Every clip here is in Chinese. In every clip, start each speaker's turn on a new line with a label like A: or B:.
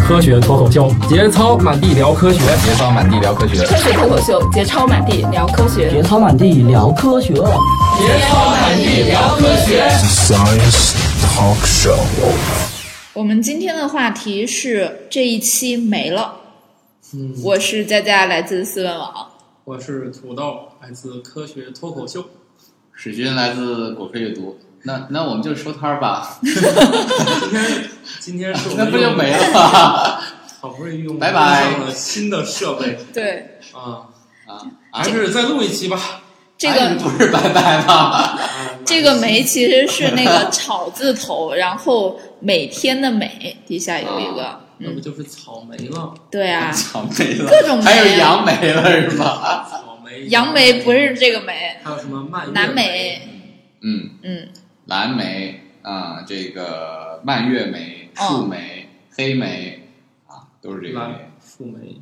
A: 科学脱口秀，节操满地聊科学，
B: 节操满地聊科学，
C: 科学脱口秀，节操满地聊科学，
D: 节操满地聊科学，
C: 节操满地聊科学。
E: Science Talk Show。
F: 我们今天的话题是这一期没了。
D: 嗯
F: 我是佳佳，来自四问网。
G: 我是土豆，来自科学脱口秀。
H: 史军来自果壳阅读，那那我们就收摊 儿吧，
G: 今天今天是我
H: 那
G: 们
H: 不就
G: 用
H: 没了吗？
G: 好不容易用
H: 拜拜
G: 上了新的设备
F: 对，
G: 啊，
H: 啊，
G: 还是再录一期吧。
F: 这
H: 哎
F: 个
H: 你不是拜拜吗？
G: 啊
F: 这个“梅”其实是 那个草字头，然后每天的“每”底下有一个，
G: 啊那不
F: 嗯，
G: 就是草莓了？
F: 对啊，
H: 草莓了，
F: 各种莓
H: 还有杨梅了是吧？
G: 草莓，
F: 杨梅不是这个“梅
G: 还有什么蔓”，越
F: 蓝
G: 莓？
F: 莓，
H: 嗯，
F: 嗯，
H: 蓝莓啊、这个蔓越莓、
F: 嗯
H: 树莓、黑莓啊，都是这个莓
G: 蓝，树莓、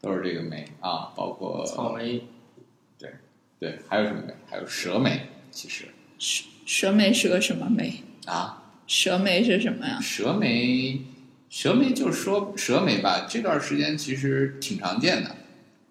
H: 都是这个莓啊，包括
G: 草莓、
H: 对，还有什么莓？还有蛇莓，其实
F: 蛇蛇莓是个什么莓？
H: 啊，
F: 蛇莓是什么呀？
H: 蛇莓，蛇莓就是说蛇莓吧，这段时间其实挺常见的，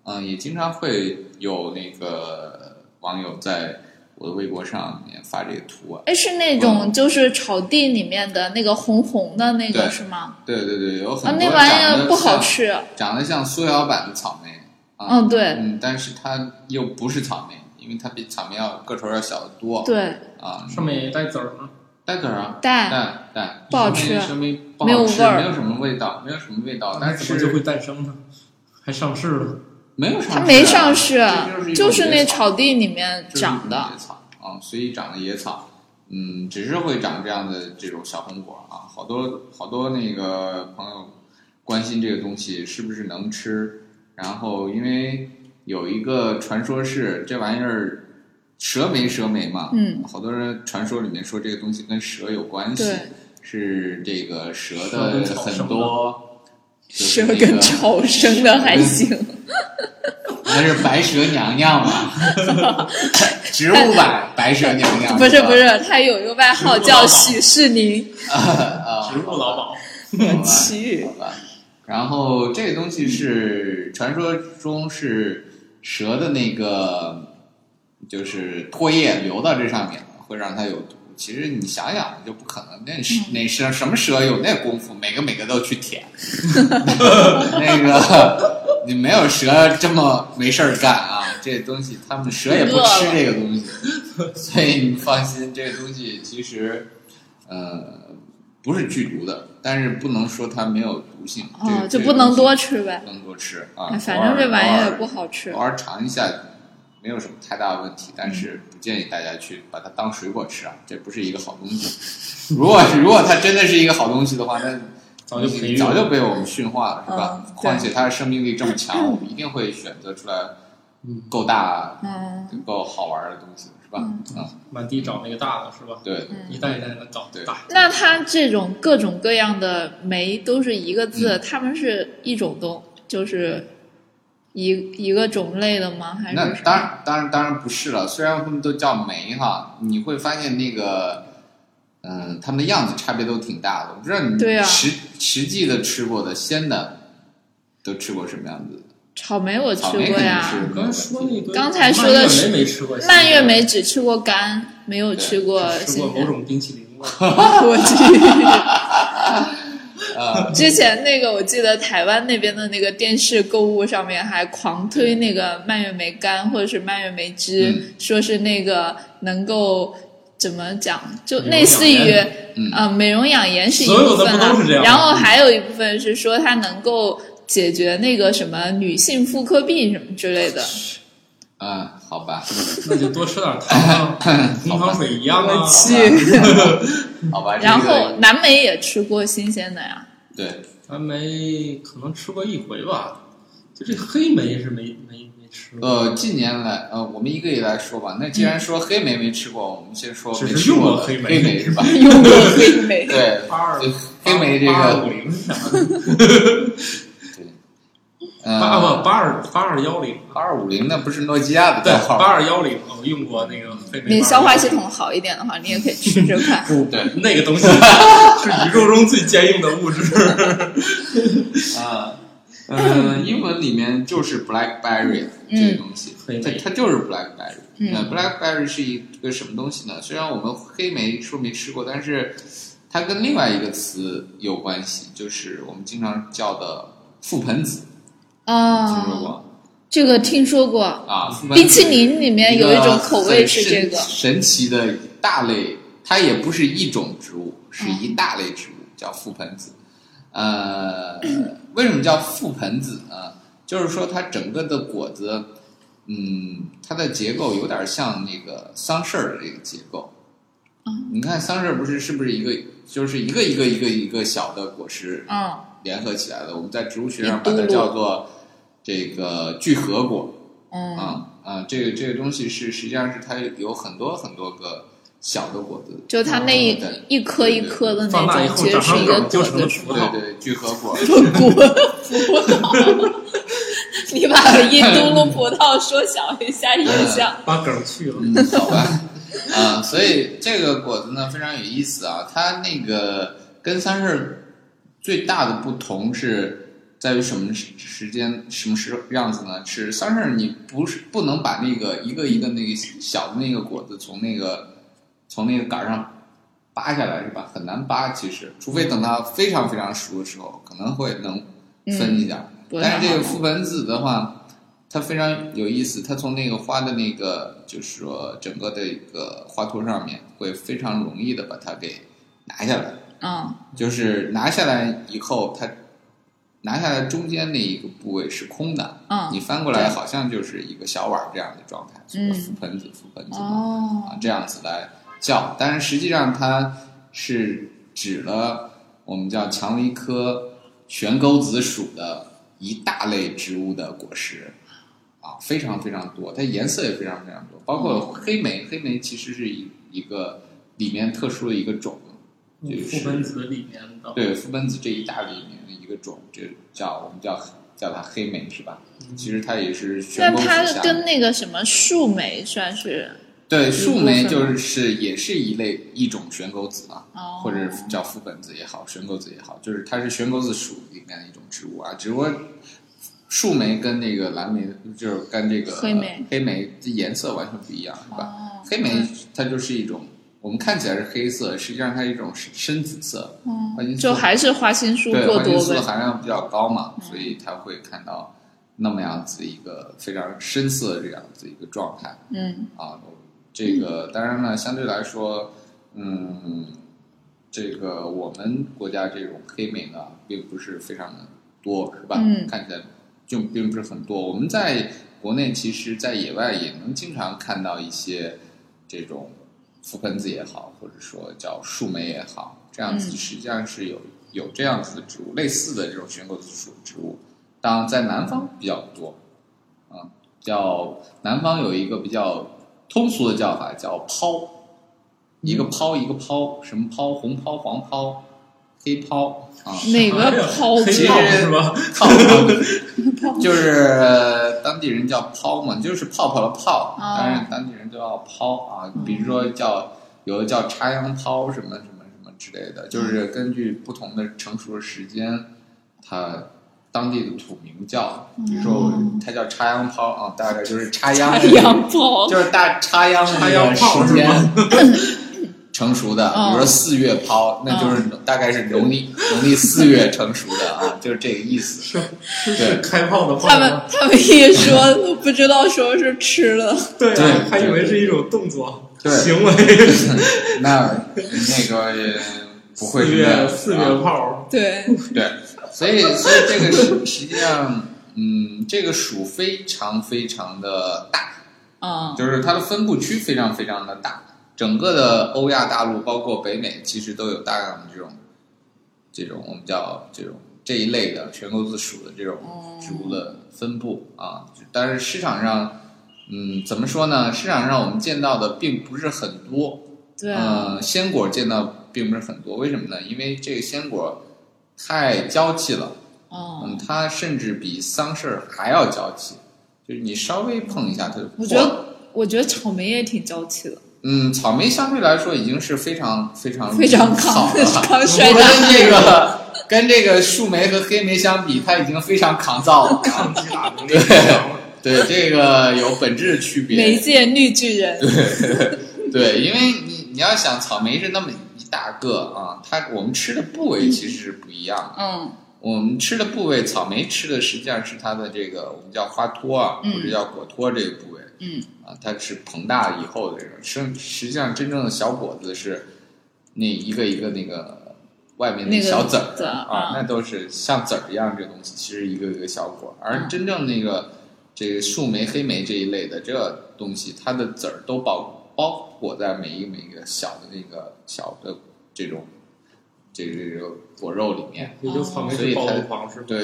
H: 嗯，也经常会有那个网友在我的微博上面发这个图啊。
F: 哎，是那种
H: 嗯
F: 就是草地里面的那个红红的那个
H: 对
F: 是吗？
H: 对对对，有
F: 啊
H: 很，多
F: 那
H: 长
F: 玩意
H: 得
F: 儿不好
H: 像，
F: 吃。
H: 长得像缩小版的草莓啊。
F: 嗯，对
H: 嗯，但是它又不是草莓，因为它比草莓要个头要小得多。
F: 对，
H: 啊，
G: 上面也带籽儿吗？
H: 带籽儿啊，
F: 但
H: 带带，
F: 不好吃
H: 蛇莓不
F: 没有
H: 好吃，
F: 味儿
H: 没有什么味道，没有什么味道，但
G: 怎么
H: 是
G: 就会诞生呢？还上市了？
H: 没有上市啊
F: 它没上市啊
H: 这，
F: 就
H: 就是
F: 是
H: 一种
F: 那
H: 野草
F: 草地里面
H: 就是一种
F: 长的
H: 野。草啊，随意长的野草，嗯，只是会长这样的这种小红果啊，好多好多那个朋友关心这个东西是不是能吃，然后因为有一个传说是这玩意儿蛇莓蛇莓嘛，
F: 嗯，
H: 好多人传说里面说这个东西跟蛇有关系，
F: 对，
H: 是这个蛇
G: 蛇
H: 的
G: 跟草
H: 很
G: 生
H: 多。就是
F: 蛇
H: 那
F: 跟
H: 个
F: 草生的还行，
H: 那是白蛇娘娘嘛？植物版白蛇娘 娘
F: 不是
H: 吧
F: 不是，它有一个外号叫许世宁。
H: 啊，
G: 植物老鸨，
H: 好
F: 奇遇，
H: 吧。然后这个东西是传说中是蛇的那个，就是唾液流到这上面了会让它有毒。其实你想想就不可能，那是那蛇什么蛇有那功夫，每个每个都去舔，那个你没有蛇这么没事儿干啊。这东西他们蛇也不吃这个东西，所以你放心，这个东西其实呃不是剧毒的，但是不能说它没有毒性，这
F: 哦，
H: 个
F: 就
H: 这个
F: 不能
H: 东西
F: 多吃呗。
H: 不能多吃
F: 哎
H: 啊。
F: 反正这玩意儿也不
H: 好
F: 好吃嗯
H: 偶。尔尝一下没有什么太大的问题，但是不建议大家去把它当水果吃啊，这不是一个好东西。如果如果它真的是一个好东西的话，那
G: 早就培育
H: 早
G: 了
H: 就被我们驯化了，是吧？
F: 嗯对
H: 况且它的生命力这么强，我们一定会选择出来够大、
F: 嗯，
H: 够好玩的东西，是吧？嗯，
G: 满地找那个大的是吧？
H: 对，
F: 嗯
G: 一代一代的找
H: 对
G: 大，
F: 那它这种各种各样的酶都是一个
H: 嗯
F: 字，它们是一种东，就是一一个种类的吗？还是
H: 那
F: 什么
H: 当然，当然，当然不是了。虽然他们都叫酶哈，你会发现那个，嗯，它们的样子差别都挺大的。我不知道你
F: 对啊
H: 实实际的吃过的鲜的都吃过什么样子的？
F: 草莓我吃
H: 草莓
F: 过
H: 肯定
F: 呀，
H: 是
G: 我刚才说那个，
F: 刚才说的
G: 蔓
F: 是
G: 越莓没吃过，
F: 蔓越莓只吃过干，没有吃过
G: 吃过
F: 新
G: 某
F: 鲜。
G: 种冰淇淋吗？
F: 我去，
H: 呃，
F: 之前那个我记得台湾那边的那个电视购物上面还狂推那个蔓越莓干或者是蔓越莓汁，
H: 嗯
F: 说是那个能够怎么讲，就类似
G: 美容
F: 于
G: 养
H: 嗯
F: 啊、呃美容养颜是一
G: 所有
F: 部
G: 的
F: 分
G: 不
F: 啊
G: 都是这样吗
F: 然后还有一部分是说它能够解决那个什么女性妇科病什么之类的。
H: 嗯，好 吧，
G: 那就多吃点糖啊，红糖水一样啊。
F: 去，
H: 好吧。
F: 然
H: 这个
F: 后南美也吃过新鲜的呀。
H: 对，
G: 蓝莓可能吃过一回吧，就这黑莓是没没没吃过，
H: 呃，近年来，呃，我们一个一个来说吧。那
F: 嗯
H: 既然说黑莓没吃过，我们先说
G: 只
H: 没
G: 是
H: 吃
G: 用
H: 过
G: 过
H: 的
G: 黑莓
H: 黑莓 是吧？
F: 用过黑莓。
H: 对，
G: 八二
H: 黑莓这
G: 八二
H: 个
G: 五零啥的，
H: 呃，
G: 八啊不八二八二幺零，
H: 八二五零那不是诺基亚的
G: 对
H: 代号
G: 八
H: 吗，
G: 二幺零，我用过那个飞
F: 你
G: 美
F: 消化
G: 8210
F: 系统好一点的话，你也可以吃 这款。
H: 对
G: 那个东 西是宇宙中最坚硬的物质。嗯
H: 啊，呃，英文里面就是 BlackBerry 这个东西，
G: 嗯黑
H: 它
G: 莓
H: 它就是 BlackBerry。
F: 嗯
H: 呃，BlackBerry 是一个什么东西呢？虽然我们黑莓说没吃过，但是它跟另外一个词有关系，就是我们经常叫的覆盆子，
G: 哦
H: 听说
F: 啊，
H: 过
F: 这个听说过，
H: 啊？覆盆子
F: 冰淇淋里面有一种口味是这
H: 个
F: 个
H: 很。神神奇的一大类，它也不是一种植物，是
F: 嗯
H: 一大类植物，叫覆盆子。呃，为什么叫覆盆子呢？就是说它整个的果子，嗯，它的结构有点像那个桑葚儿的这个结构。
F: 嗯
H: 你看桑葚儿不是是不是一个就是一个一个一个一个小的果实
F: 嗯
H: 联合起来的？我们在植物学上
F: 一
H: 把
F: 嘟
H: 它
F: 噜
H: 叫做这个聚合果。
F: 嗯，
H: 啊啊，这个这个东西是实际上是它有很多很多个小的果子，
F: 就它那一
H: 嗯对
F: 一颗一颗的
G: 放大
F: 那
G: 以
F: 种，
G: 后
F: 其实是
G: 长成
F: 一个
G: 梗
F: 果
G: 就成
F: 子
G: 了
F: 是
G: 葡
F: 吧？
G: 萄
H: 对对聚合果，
F: 滚葡 萄， 你把一嘟噜葡萄缩小一下也像。
G: 把梗去了，
H: 嗯，好吧， 啊，所以这个果子呢非常有意思啊，它那个跟桑葚儿最大的不同是在于什么时时间什么时样子呢？是桑葚儿你不是不能把那个一个一个那个小的那个果子从那个从那个杆儿上扒下来是吧？很难扒，其实，除非等它非常非常熟的时候，可能会能分一点儿。
F: 不太
H: 嗯但是这个
F: 好
H: 覆盆子的话，它非常有意思，它从那个花的那个，就是说整个的一个花托上面，会非常容易的把它给拿下来。
F: 嗯
H: 就是拿下来以后，它拿下来中间那一个部位是空的，
F: 嗯
H: 你翻过来好像就是一个小碗儿这样的状态，所以覆盆子，覆盆子嘛。啊
F: 嗯哦，
H: 这样子来叫，但是实际上它是指了我们叫蔷薇科悬钩子属的一大类植物的果实，啊，非常非常多，它颜色也非常非常多，包括黑莓，黑莓其实是一一个里面特殊的一个种，就是
G: 覆盆嗯子里面的
H: 对，覆盆子这一大类里面的一个种，这叫我们叫叫它黑莓是吧？其实它也是
F: 那
H: 悬钩子下
F: 它
H: 面
F: 跟那个什么树莓算是
H: 对树莓
F: 部分
H: 就是是也是一类一种悬钩子啊。
F: 哦，
H: 或者叫覆盆子也好，悬钩子也好，就是它是悬钩子属里面的一种植物啊。只不过树莓跟那个蓝莓，就是跟这个
F: 黑莓
H: 黑莓这颜色完全不一样，是吧？
F: 哦，
H: 黑莓它就是一种，我们看起来是黑色，实际上它是一种深深紫色，
F: 嗯
H: 花青素
F: 就还是花青素
H: 对，
F: 过
H: 花青
F: 多
H: 素的
F: 呗。嗯
H: 含量比较高嘛，所以它会看到那么样子一个非常深色这样子一个状态。
F: 嗯
H: 啊，这个当然了，相对来说，嗯，这个我们国家这种黑莓呢，并不是非常的多，是吧？
F: 嗯
H: 看起来就并不是很多。我们在国内，其实在野外也能经常看到一些这种覆盆子也好，或者说叫树莓也好，这样子
F: 嗯
H: 实际上是有、有这样子的植物，类似的这种悬钩子属植物，当然在南方比较多，啊，叫南方有一个比较通俗的叫法叫抛，一个抛一个抛，什么抛？红抛、黄抛、黑抛啊，
F: 哪个抛
G: 黑
H: 其实
G: 豹是 吧？
H: 泡泡，就是呃当地人叫泡嘛， 就是泡泡的泡，
F: 哦
H: 当然当地人都要泡啊，比如说叫有的叫插秧泡什么什么什么之类的，就是根据不同的成熟的时间，它当地的土名叫，比如说它叫插秧泡啊，大概就是嗯插秧，
F: 洋抛？
H: 就是大插秧的
G: 插
H: 那
G: 秧
H: 个
G: 泡
H: 时
G: 是
H: 间
G: 吗。
H: 成熟的，
F: 哦
H: 比如说四月抛，那就是大概是农历农历四月成熟的啊，就是这个意思。
G: 是是
H: 对
G: 是开炮的炮
F: 他们
G: 吗？
F: 他们一说都不知道说是吃了，
G: 对啊
H: 对，
G: 还以为是一种动作
H: 对
G: 行为。
H: 那那个也不会
G: 四
H: 是那样
G: 月
H: 的啊
G: 四月炮，
F: 对，
H: 对，所以所以这个是实际上，嗯，这个属非常非常的大，
F: 嗯
H: 就是它的分布区非常非常的大，整个的欧亚大陆包括北美，其实都有大量的这种这种我们叫这种这一类的全钩子属的这种
F: 哦
H: 植物的分布啊。就但是市场上，嗯，怎么说呢？市场上我们见到的并不是很多，
F: 对啊，
H: 嗯，鲜果见到并不是很多，为什么呢？因为这个鲜果太娇气了，
F: 哦，
H: 嗯，它甚至比丧事儿还要娇气，就是你稍微碰一下它就
F: 我
H: 破
F: 觉
H: 了。
F: 得我觉得草莓也挺娇气的，
H: 嗯，草莓相对来说已经是非常非常
F: 非常
H: 好
F: 抗
H: 了，
F: 抗
H: 无
F: 衰
H: 论
F: 老。
H: 这个跟这个树莓和黑莓相比，它已经非常抗造了。
G: 抗 击打能力强了。
H: 对，这个有本质的区
F: 媒
H: 别。
F: 介绿巨人，
H: 对，因为你你要想草莓是那么一大个啊，它我们吃的部位其实是不一样的。
F: 嗯
H: 我们吃的部位，草莓吃的实际上是它的这个我们叫花托啊，
F: 嗯
H: 或者叫果托这个部位
F: 嗯
H: 啊，它是膨大以后的这种。实实际上真正的小果子是那一个一个那个外面
F: 那
H: 的
F: 个
H: 小籽儿。
F: 籽儿
H: 啊，
F: 啊
H: 那都是像籽儿一样这东西，其实一个一个小果儿。而
F: 嗯
H: 真正那个这个树莓、黑莓这一类的这东西，它的籽儿都包包裹在每一个每一个小的那个小的这种这个这个果肉里面。
G: 也就草莓是暴露狂是吧？
H: 对，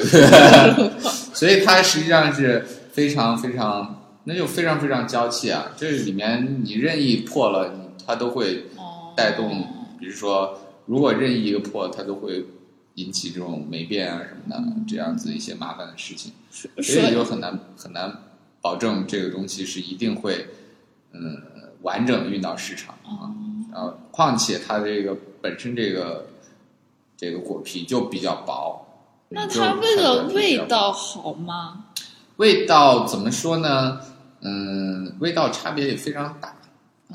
H: 所以它实际上是非常非常，那就非常非常娇气啊！这里面你任意破了，你它都会
F: 哦，
H: 带动，比如说如果任意一个破，它都会引起这种霉变啊什么的这样子一些麻烦的事情，所以
F: 说
H: 就很难很难保证这个东西是一定会嗯完整运到市场
F: 哦
H: 啊。然后，况且它这个本身这个这个果皮就比较薄，
F: 那
H: 就
F: 它为了
H: 看着就比较
F: 味道好吗？
H: 味道怎么说呢？嗯，味道差别也非常大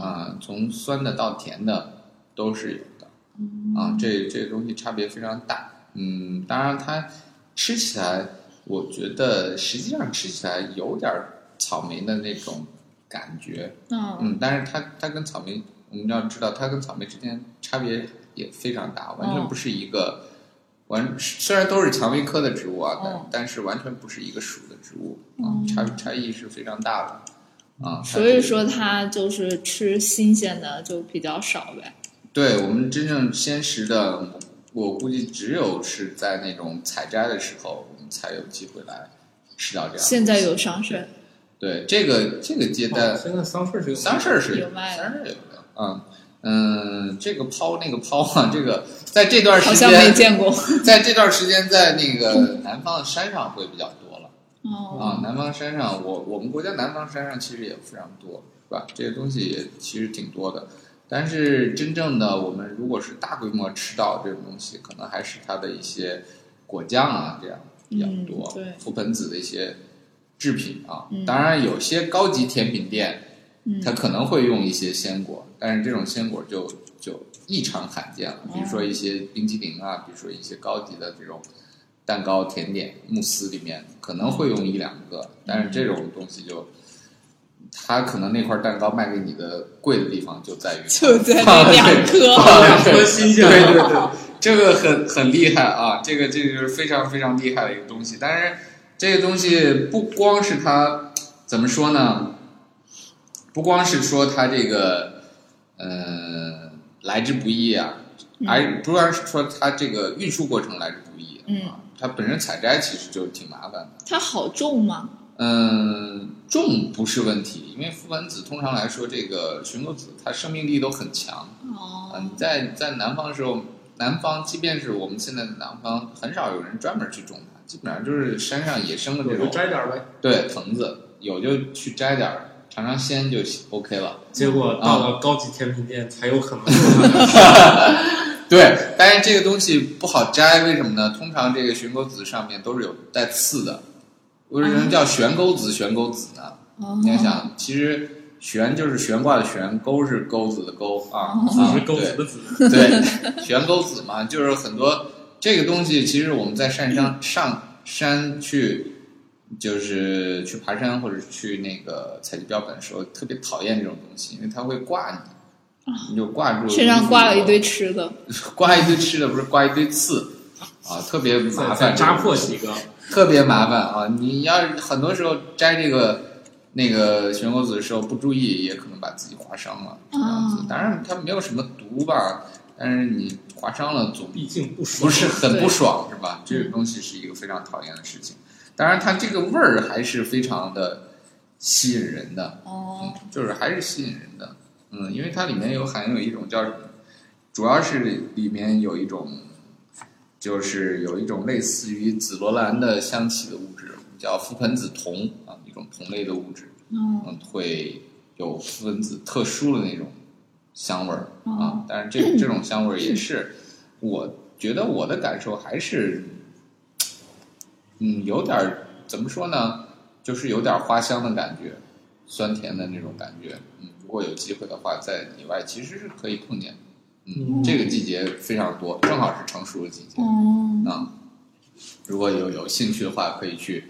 H: 啊、从酸的到甜的都是有的啊、这这东西差别非常大。嗯，当然它吃起来，我觉得实际上吃起来有点儿草莓的那种感觉，
F: 嗯
H: 嗯，但是它它跟草莓，我们要知道它跟草莓之间差别也非常大，完全
F: 嗯
H: 不是一个。完，虽然都是蔷薇科的植物啊，但、
F: 嗯
H: 但是完全不是一个属的植物，嗯、差差异是非常大的啊。它
F: 所以
H: 是
F: 说它就是吃新鲜的就比较少呗。
H: 对我们真正鲜食的，我估计只有是在那种采摘的时候，我们才有机会来吃到这样的东西。
F: 现在有上升，
H: 对这个这个阶段
G: 哦，现在丧事是有
H: 三事儿是
F: 有卖的
H: 三事儿有的，嗯嗯，这个抛那个抛啊，这个在这段
F: 好
H: 时
F: 像没
H: 间，
F: 见过。
H: 在这段时间在那个南方的山上会比较多了
F: 哦，
H: 啊，南方山上，我我们国家南方山上其实也非常多，是吧？这些东西也其实挺多的，但是真正的我们如果是大规模吃到这种东西，可能还是它的一些果酱啊这样比较
F: 嗯
H: 多，
F: 对
H: 覆盆子的一些制品啊，
F: 嗯
H: 当然有些高级甜品店。
F: 嗯
H: 它可能会用一些鲜果，但是这种鲜果就就异常罕见了，比如
F: 哦
H: 说一些冰激凌啊，比如说一些高级的这种蛋糕、甜点、慕斯里面可能会用一两个，但是这种东西就，它可能那块蛋糕卖给你的贵的地方就在于
F: 就在那两颗。
G: 两颗新鲜
H: 对对
G: 的，
H: 对，这个很很厉害啊，这个这个就是非常非常厉害的一个东西。但是这个东西不光是它怎么说呢？不光是说它这个呃来之不易啊，而不光是说它这个运输过程来之不易、啊，
F: 嗯，
H: 它本身采摘其实就挺麻烦的。
F: 它好重吗？
H: 嗯，重不是问题，因为覆盆子通常来说，这个寻狗子它生命力都很强。啊，
F: 哦
H: 你，在在南方的时候，南方即便是我们现在的南方，很少有人专门去种它，基本上就是山上野生的
G: 我
H: 这
G: 就
H: 种
G: 摘点儿呗。
H: 对藤子，有就去摘点儿尝尝鲜就 OK 了。
G: 结果到
H: 啊
G: 了高级甜品店才有可能用它。
H: 对，但是这个东西不好摘，为什么呢？通常这个悬钩子上面都是有带刺的，为什么叫悬钩子？悬钩子呢？
F: 哦
H: 你要想，其实悬就是悬挂的悬，钩是钩子的钩啊，
F: 哦
G: 子
H: 啊
G: 是钩
H: 对
G: 子的子，
H: 对， 悬钩子嘛，就是很多这个东西，其实我们在山
F: 嗯
H: 上上山去，就是去爬山或者去那个采集标本的时候，特别讨厌这种东西，因为它会挂你，你就挂住
F: 哦身上挂了一堆，吃的，
H: 挂一堆吃的，不是挂一堆刺啊，特别麻
G: 再
H: 烦，
G: 再扎破几个，
H: 特别麻烦啊！你要是很多时候摘这个那个悬钩子的时候不注意，也可能把自己划伤了。这样子，当然它没有什么毒吧，但是你划伤了总
G: 毕竟不熟。
H: 不是很
F: 对
H: 不爽是吧？这个东西是一个非常讨厌的事情。当然，它这个味儿还是非常的吸引人的，嗯
F: 哦，，
H: 就是还是吸引人的。嗯，因为它里面有含有一种叫什么，主要是里面有一种就是有一种类似于紫罗兰的香气的物质，叫覆盆子酮啊，一种酮类的物质，
F: 嗯
H: 嗯，会有覆盆子特殊的那种香味儿啊
F: 哦。
H: 但是这这种香味儿也是，我觉得我的感受还是，嗯，有点儿怎么说呢，就是有点儿花香的感觉，酸甜的那种感觉。嗯，如果有机会的话，在野外其实是可以碰见的。嗯，这个季节非常多，正好是成熟的季节。
F: 哦，
H: 啊，如果有有兴趣的话，可以去。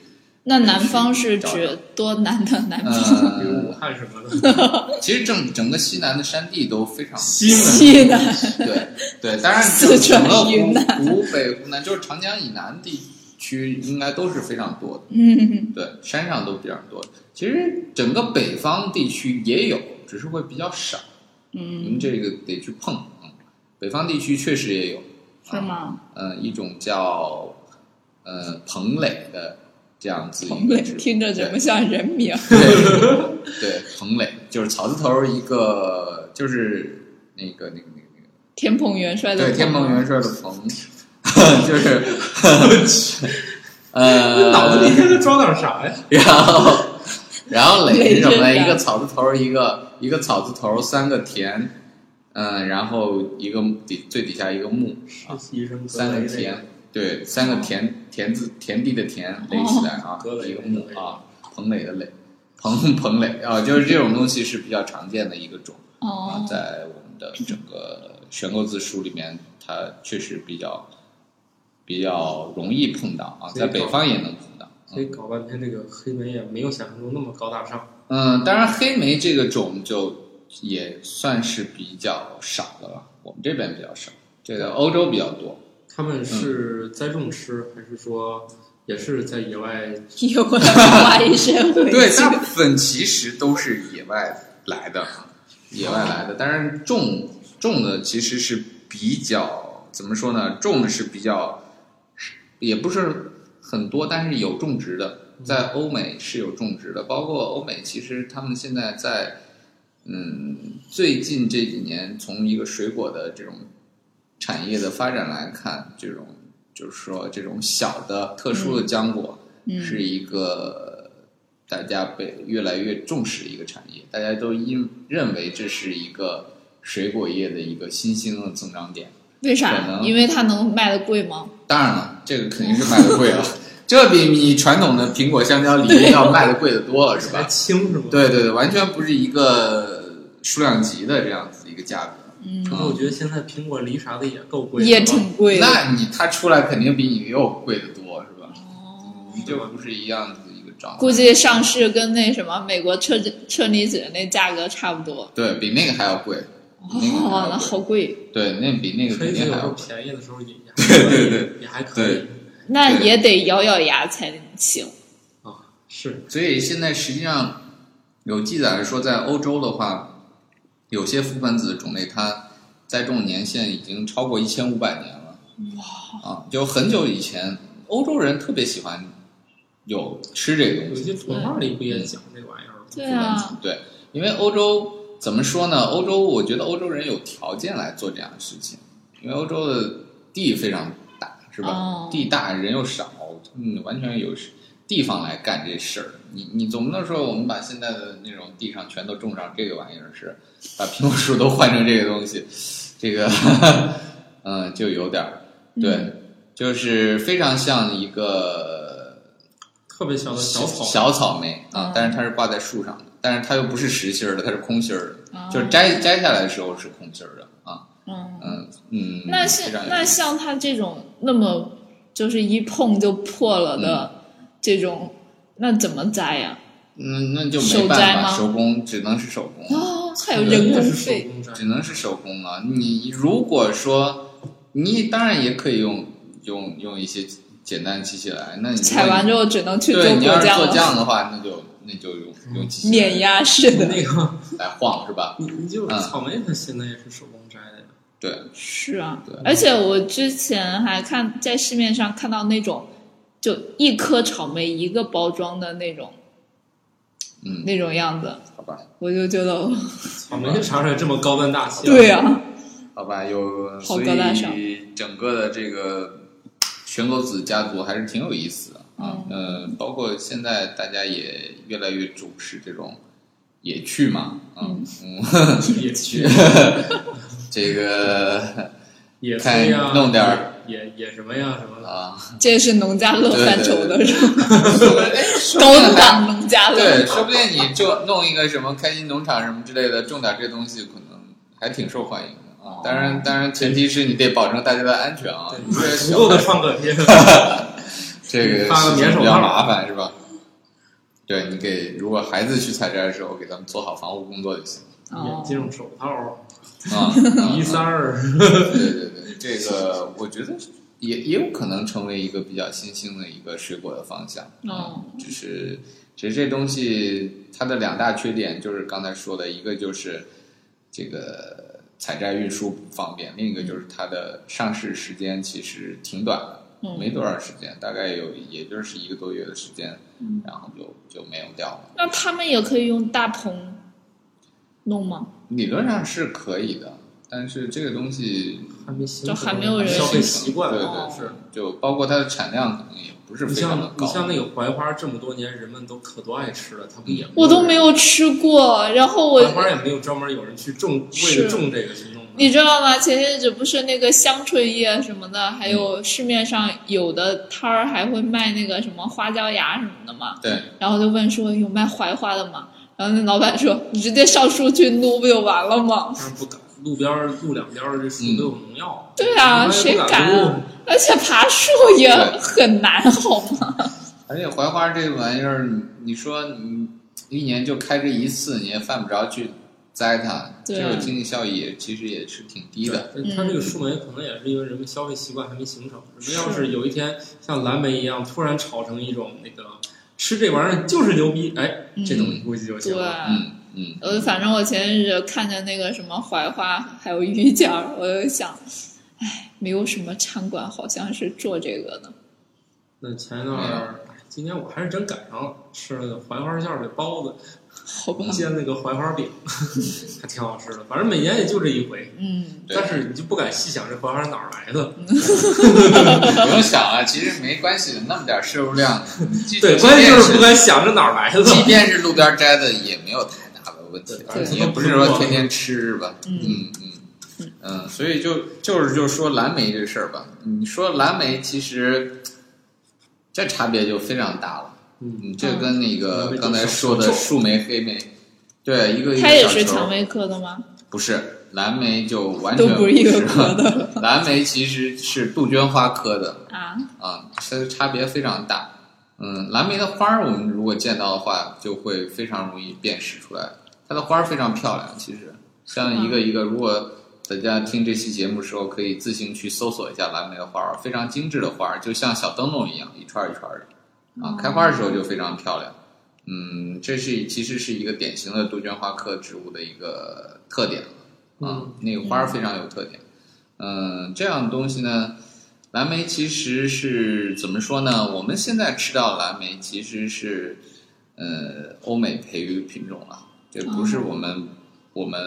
F: 那南方是指多南的南方？
G: 比如武
H: 呃，
G: 汉什么 的，
H: 其实整整个西南的山地都非常
G: 西门
F: 西 南
H: 对对，当然
F: 四
H: 整
F: 川
H: 个湖
F: 云南
H: 湖北、湖南，就是长江以南地区应该都是非常多的，
F: 嗯，
H: 对，山上都比较多。其实整个北方地区也有，只是会比较少。
F: 嗯
H: 您这个得去碰。嗯北方地区确实也有，
F: 是吗？
H: 嗯，一种叫呃彭磊的这样子一个
F: 彭磊
H: 植物
F: 听着怎么像人名？
H: 对，对，彭磊就是草字头儿一个，就是那个那个那个那
F: 天蓬元帅
H: 个，
F: 的
H: 对，天蓬
F: 彭
H: 元帅的 彭， 就是，呃，
G: 脑子里这装点啥呀？
H: 然后然后磊
F: 磊
H: 是什么呢？
F: 是
H: 一
F: 啥
H: 个草字头儿，一个一个草字头儿，三个田，嗯，然后一个底最底下一个木，
G: 是医生
H: 三个田，对，三个田田字田地的田垒起来啊，
G: 格垒
H: 一个木啊，彭磊的垒，彭彭磊啊，就是这种东西是比较常见的一个种啊
F: 哦，，
H: 在我们的整个选购字数里面，它确实比较比较容易碰到啊，
G: 所以
H: 在北方也能碰到。嗯
G: 所以搞半天这个黑莓也没有想象中那么高大上。
H: 嗯，当然黑莓这个种就也算是比较少的了，我们这边比较少，这个欧洲比较多。
G: 他
H: 嗯
G: 们是栽种吃，还是说也是在野外？
F: 有了花一身回去。
H: 对，大部分其实都是野外来的，野外来的，但是种种的其实是比较怎么说呢？种的是比较，也不是很多，但是有种植的，在欧美是有种植的，包括欧美，其实他们现在在嗯最近这几年，从一个水果的这种产业的发展来看，这种就是说这种小的特殊的浆果。是一个大家被越来越重视的一个产业，大家都因认为这是一个水果业的一个新兴的增长点。
F: 为
H: 可
F: 啥？
H: 能
F: 因为它能卖的贵吗？
H: 当然了，这个肯定是卖的贵 了，这比你传统的苹果、香蕉、梨要卖的贵的多了，是
G: 还
H: 吧？
G: 轻是吗？。
H: 对对对，完全不是一个数量级的这样子一个价格。嗯
G: 可是我觉得现在苹果、梨啥的也够贵，
F: 也挺贵的。
H: 那你它出来肯定比你又贵的多，是吧？
F: 哦
H: 你这不是一样的一个状态。
F: 估计上市跟那什么美国车车厘子那价格差不多。
H: 对比那个还要贵，比那个还
F: 哦，
H: 要
F: 那
H: 贵
F: 好贵，
H: 对，那比那个
G: 车
H: 肯
G: 厘子
H: 定
G: 有时
H: 还要
G: 候
H: 贵。
G: 便宜的时候 也也还可以
H: 对对
G: 也还可以
H: 对
F: 那也得咬咬牙才行。
G: 啊，是
H: 所以现在实际上有记载说，在欧洲的话，有些覆盆子种类它栽种年限已经超过一千五百年了。哇！啊，就很久以前，欧洲人特别喜欢有吃这个
G: 有
H: 东
G: 一
H: 西。
G: 些动画里不也讲这玩意儿吗？
F: 对啊，
H: 对，因为欧洲怎么说呢？欧洲我觉得欧洲人有条件来做这样的事情，因为欧洲的地非常大，是吧？
F: 哦
H: 地大人又少，嗯，完全有地方来干这事儿。你你总不能说我们把现在的那种地上全都种上这个玩意儿是，把苹果树都换成这个东西，这个， 嗯，就有点儿对。
F: 嗯
H: 就是非常像一个
G: 特别小的小草，
H: 小草莓啊
F: 嗯，
H: 但是它是挂在树上的，但是它又不是实心儿的，它是空心儿的，
F: 啊
H: 就是摘摘下来的时候是空心儿的啊，
F: 嗯，
H: 嗯嗯，
F: 那
H: 非
F: 是
H: 常有
F: 那
H: 意思
F: 像它这种那么就是一碰就破了的这种，那怎么摘呀？
H: 嗯那就
F: 手
H: 没办
F: 摘
H: 法，
F: 吗
H: 手工只能是手工，啊
F: 哦，还有人工
G: 也是手
F: 费，
G: 工摘
H: 只能是手工了。你如果说你当然也可以用用用一些简单的机器来，那你如果
F: 采完之后只能去
H: 对
F: 果
H: 你要是做
F: 了，
H: 酱的话，那就那就用用机器
F: 碾压式 的。
G: 那个，
H: 来晃是吧？
G: 你你就
H: 嗯
G: 草莓，它现在也是手工摘的呀。
H: 对，
F: 是啊
H: 对，
F: 而且我之前还看在市面上看到那种，就一颗草莓一个包装的那种
H: 嗯，
F: 那种样子，
H: 好吧。
F: 我就觉得
G: 草莓啥出来这么高端大气？
F: 对，啊，
H: 好吧，有
F: 好
H: 所
F: 高大上
H: 以整个的这个玄狗子家族还是挺有意思的啊。
F: 嗯
H: 呃，包括现在大家也越来越重视这种野趣嘛，嗯嗯，
G: 野 区
H: 这个
G: 野
H: 看
G: 炊呀，
H: 弄点儿
G: 野野什么呀什么的，
H: 啊，
F: 这是农家乐范畴的是吧？
H: 哎 高
F: 高档农家乐
H: 对，，说不定你 就弄一个什么开心农场什么之类的，种点这东西，可能还挺受欢迎的啊。当然，当然前提是你得保证大家的安全啊。
G: 对，
H: 你这
G: 买足
H: 小
G: 够的
H: 孩
G: 创可贴。
H: 这个
G: 发
H: 事
G: 个
H: 情
G: 免手
H: 比较
G: 套
H: 麻烦是吧？对你给，如果孩子去采摘的时候，给他们做好防护工作就行
G: 眼
F: 哦
G: 镜、手套、
H: 啊。
G: 鼻塞
H: 啊
G: 儿，
H: 对对对，这个我觉得也也有可能成为一个比较新兴的一个水果的方向。
F: 哦，
H: 就是其实这东西它的两大缺点就是刚才说的，一个就是这个采摘运输不方便，另一个就是它的上市时间其实挺短的，
F: 嗯
H: 没多少时间，大概有也就是一个多月的时间，然后就就没有掉了。
F: 那他们也可以用大棚弄吗？
H: 理论上是可以的，但是这个东西
G: 还没形
F: 就
G: 成
F: 还没有人
G: 消费
F: 形
G: 习惯，
H: 对
F: 哦
H: 对是，就包括它的产量可能也不是
G: 你
H: 非常的
G: 像
H: 高。
G: 你像那个槐花，这么多年人们都可多爱吃了，它不也
F: 我都没有吃过，然后我
G: 槐花也没有专门有人去种，为
F: 是
G: 了种这个去弄
F: 你
G: 的。
F: 知道吗？前些日子不是那个香椿叶什么的，还有市面上有的摊儿还会卖那个什么花椒芽什么的嘛。
H: 对，
F: 然后就问说有卖槐花的吗？然后那老板说你直接上树去撸不就完了吗？
G: 但是不敢，路边儿路两边儿这树
H: 嗯
G: 都有农药，
F: 对啊，
G: 一般
F: 谁
G: 人不
F: 敢
G: 撸
F: 啊？而且爬树也
H: 对
F: 很难，好吗？
H: 而且槐花这玩意儿，你你说你一年就开这一次，你也犯不着去栽它，
F: 对
H: 这
F: 啊
H: 种经济效益也其实也是挺低的。
G: 对它这
F: 嗯
G: 个树莓可能也是因为人们消费习惯还没形成。人们要是有一天像蓝莓一样，突然炒成一种那个吃这玩意儿就是牛逼，哎，这东西估计就
F: 嗯对啊
G: 行。了。
H: 嗯嗯，
F: 我呃反正我前阵子看见那个什么槐花还有榆钱儿，我就想，唉，没有什么餐馆好像是做这个的。
G: 那前一段儿，哎今年我还是真赶上了，吃了个槐花馅儿的包子，
F: 好吧，
G: 煎那个槐花饼， 还挺好吃的。反正每年也就这一回，
F: 嗯，
H: 对
G: 但是你就不敢细想这槐花哪儿来的。
H: 不用想啊，其实没关系的，那么点摄入 量，即
G: 对，
H: 即
G: 关键
H: 便
G: 就是不敢想这哪儿来的。
H: 即便是路边摘的，也没有太大的问题，
G: 对
H: 也不是说天天吃是吧？
F: 嗯
H: 嗯嗯嗯，所以就就是就是说蓝莓这事儿吧，你说蓝莓其实这差别就非常大了。
G: 嗯
H: 嗯，这跟那个
G: 嗯
H: 刚才说的树莓、黑莓，对，一个一个
F: 它也
H: 小
F: 是
H: 球
F: 蔷薇科的吗？
H: 不是蓝莓就完全
F: 都不是一个科
H: 不
F: 的
H: 是 蓝莓其实是杜鹃花科的，
F: 啊，
H: 啊，它的差别非常大。嗯，蓝莓的花儿，我们如果见到的话，就会非常容易辨识出来。它的花儿非常漂亮，其实像一个一个，如果大家听这期节目的时候，可以自行去搜索一下蓝莓的花儿，非常精致的花儿，就像小灯笼一样，一串儿一串儿的啊，开花的时候就非常漂亮。嗯，这是其实是一个典型的杜鹃花科植物的一个特点了啊，那个花儿非常有特点。嗯，这样的东西呢，蓝莓其实是怎么说呢？我们现在吃到的蓝莓其实是呃欧美培育品种了，这不是我们、我们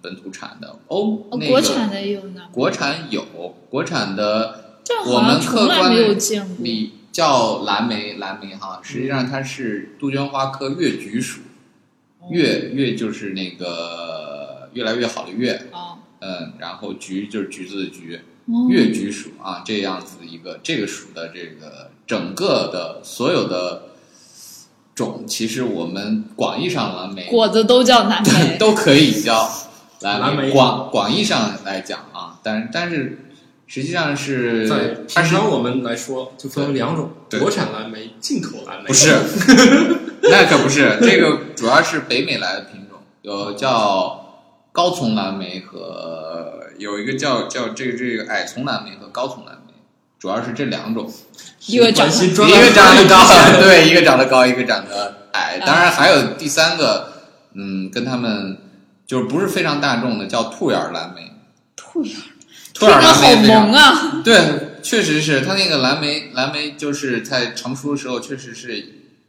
H: 本土产的。欧、
F: 哦
H: 那个
F: 国产的也有呢，
H: 国产有国产的，
F: 这
H: 我
F: 好
H: 们
F: 像
H: 客
F: 从来
H: 观
F: 没
H: 的
F: 有见过。
H: 你叫蓝莓，蓝莓哈，实际上它是杜鹃花科越橘属，
F: 哦
H: 越越就是那个越来越好的越，
F: 哦，
H: 嗯，然后橘就是橘子的橘，
F: 哦
H: 越橘属啊，这样子一个这个属的这个整个的所有的种，其实我们广义上蓝莓
F: 果子都叫哎南美，
H: 都可以叫蓝莓
G: 蓝莓
H: 广广义上来讲啊，但但是实际上是
G: 在
H: 它
G: 平
H: 是
G: 常我们来说，就分为两种：
H: 对
G: 国产蓝莓、进口蓝莓。
H: 不 是，那可不是，这个主要是北美来的品种，有叫高丛蓝莓和有一个叫叫这个这个矮丛蓝莓和高丛蓝莓，主要是这两种。
F: 一个长
G: 关心专
H: 一个
G: 栏
H: 长得
G: 专栏
H: 高， 对，一个长得高，一个长得
F: 嗯
H: 矮。当然还有第三个，嗯，跟他们就是不是非常大众的，叫兔眼儿蓝莓。
F: 兔眼儿，
H: 兔
F: 听
H: 眼儿
F: 着
H: 蓝
F: 好
H: 莓非常
F: 萌啊！
H: 对，确实是它那个蓝莓，蓝莓就是在成熟的时候，确实是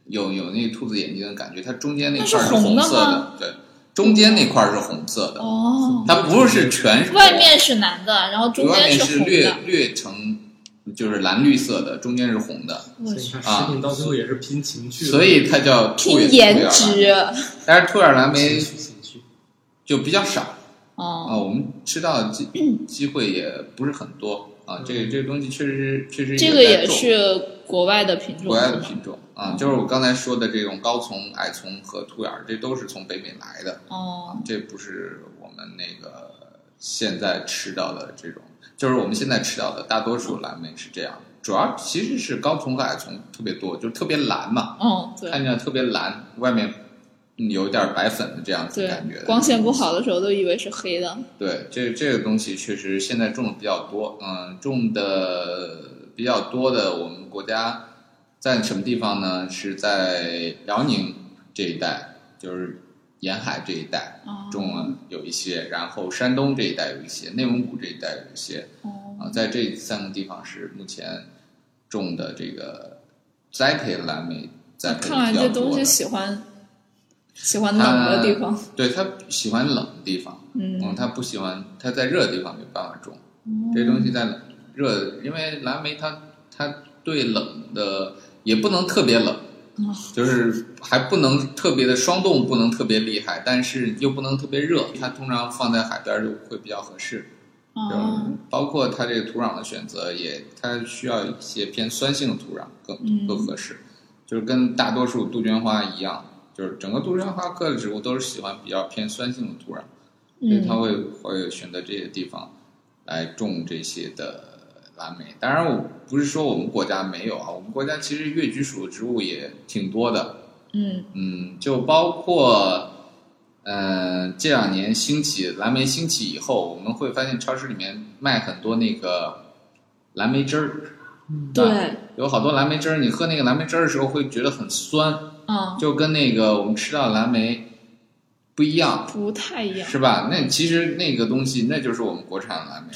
H: 有有那个兔子眼睛的感觉。它中间那块儿
F: 那是红
H: 红
F: 的
H: 色的
F: 吗，
H: 对，中间那块儿是红色的，
F: 哦，
H: 它不是全是红
F: 外面是蓝的，然后中
H: 外
F: 间
H: 面
F: 红
H: 略
F: 的，
H: 略呈就是蓝绿色的，中间是红的，
F: 我
G: 所以你
F: 去，
G: 看食品到最后也是拼情趣的，
H: 啊所以它叫兔
F: 拼
H: 眼
F: 颜值
H: 啊但是兔眼蓝莓
G: 情趣情趣。
H: 就比较少啊、
F: 哦，
H: 我们吃到的机
F: 嗯
H: 机会也不是很多啊。这个这个东西确实是确实
F: 这个
H: 在
F: 也
H: 做
F: 是国外的品种，
H: 国外的品种啊，就是我刚才说的这种高丛、矮丛和兔眼儿，这都是从北美来的，
F: 哦，
H: 这不是我们那个现在吃到的这种，就是我们现在吃到的大多数蓝莓是这样，主要其实是高丛和矮丛特别多，就特别蓝嘛，
F: 嗯，对
H: 看起来特别蓝，外面有点白粉的这样子的感觉
F: 对，
H: 的，
F: 光线不好的时候都以为是黑的，
H: 对，这这个东西确实现在种的比较多，嗯，种的比较多的，我们国家在什么地方呢？是在辽宁这一带，就是沿海这一带
F: 哦
H: 种了有一些，然后山东这一带有一些，内蒙古这一带有一些，
F: 哦，
H: 啊，在这三个地方是目前种的这个栽培蓝莓栽培
F: 看来
H: 比较
F: 这
H: 多
F: 东西
H: 的啊
F: 喜欢喜欢冷的地方，
H: 对他喜欢冷的地方，
F: 嗯
H: 他不喜欢他在热的地方没办法种，这东西在冷热，因为蓝莓它它对冷的也不能特别冷，就是还不能特别的霜冻不能特别厉害，但是又不能特别热，它通常放在海边儿就会比较合适，
F: 哦，
H: 嗯，包括它这个土壤的选择也，它需要一些偏酸性的土壤更
F: 嗯
H: 更合适，就是跟大多数杜鹃花一样，就是整个杜鹃花科的植物都是喜欢比较偏酸性的土壤，所以它
F: 嗯，
H: 会会选择这些地方来种这些的蓝莓。当然，我不是说我们国家没有啊，我们国家其实越橘属的植物也挺多的，
F: 嗯，
H: 嗯，就包括，嗯、这两年兴起蓝莓兴起以后，我们会发现超市里面卖很多那个蓝莓汁儿，
F: 对，
H: 有好多蓝莓汁儿，你喝那个蓝莓汁儿的时候会觉得很酸，
F: 嗯，
H: 就跟那个我们吃到的蓝莓不一样，
F: 不太一 样，
H: 是吧？那其实那个东西，那就是我们国产的蓝莓。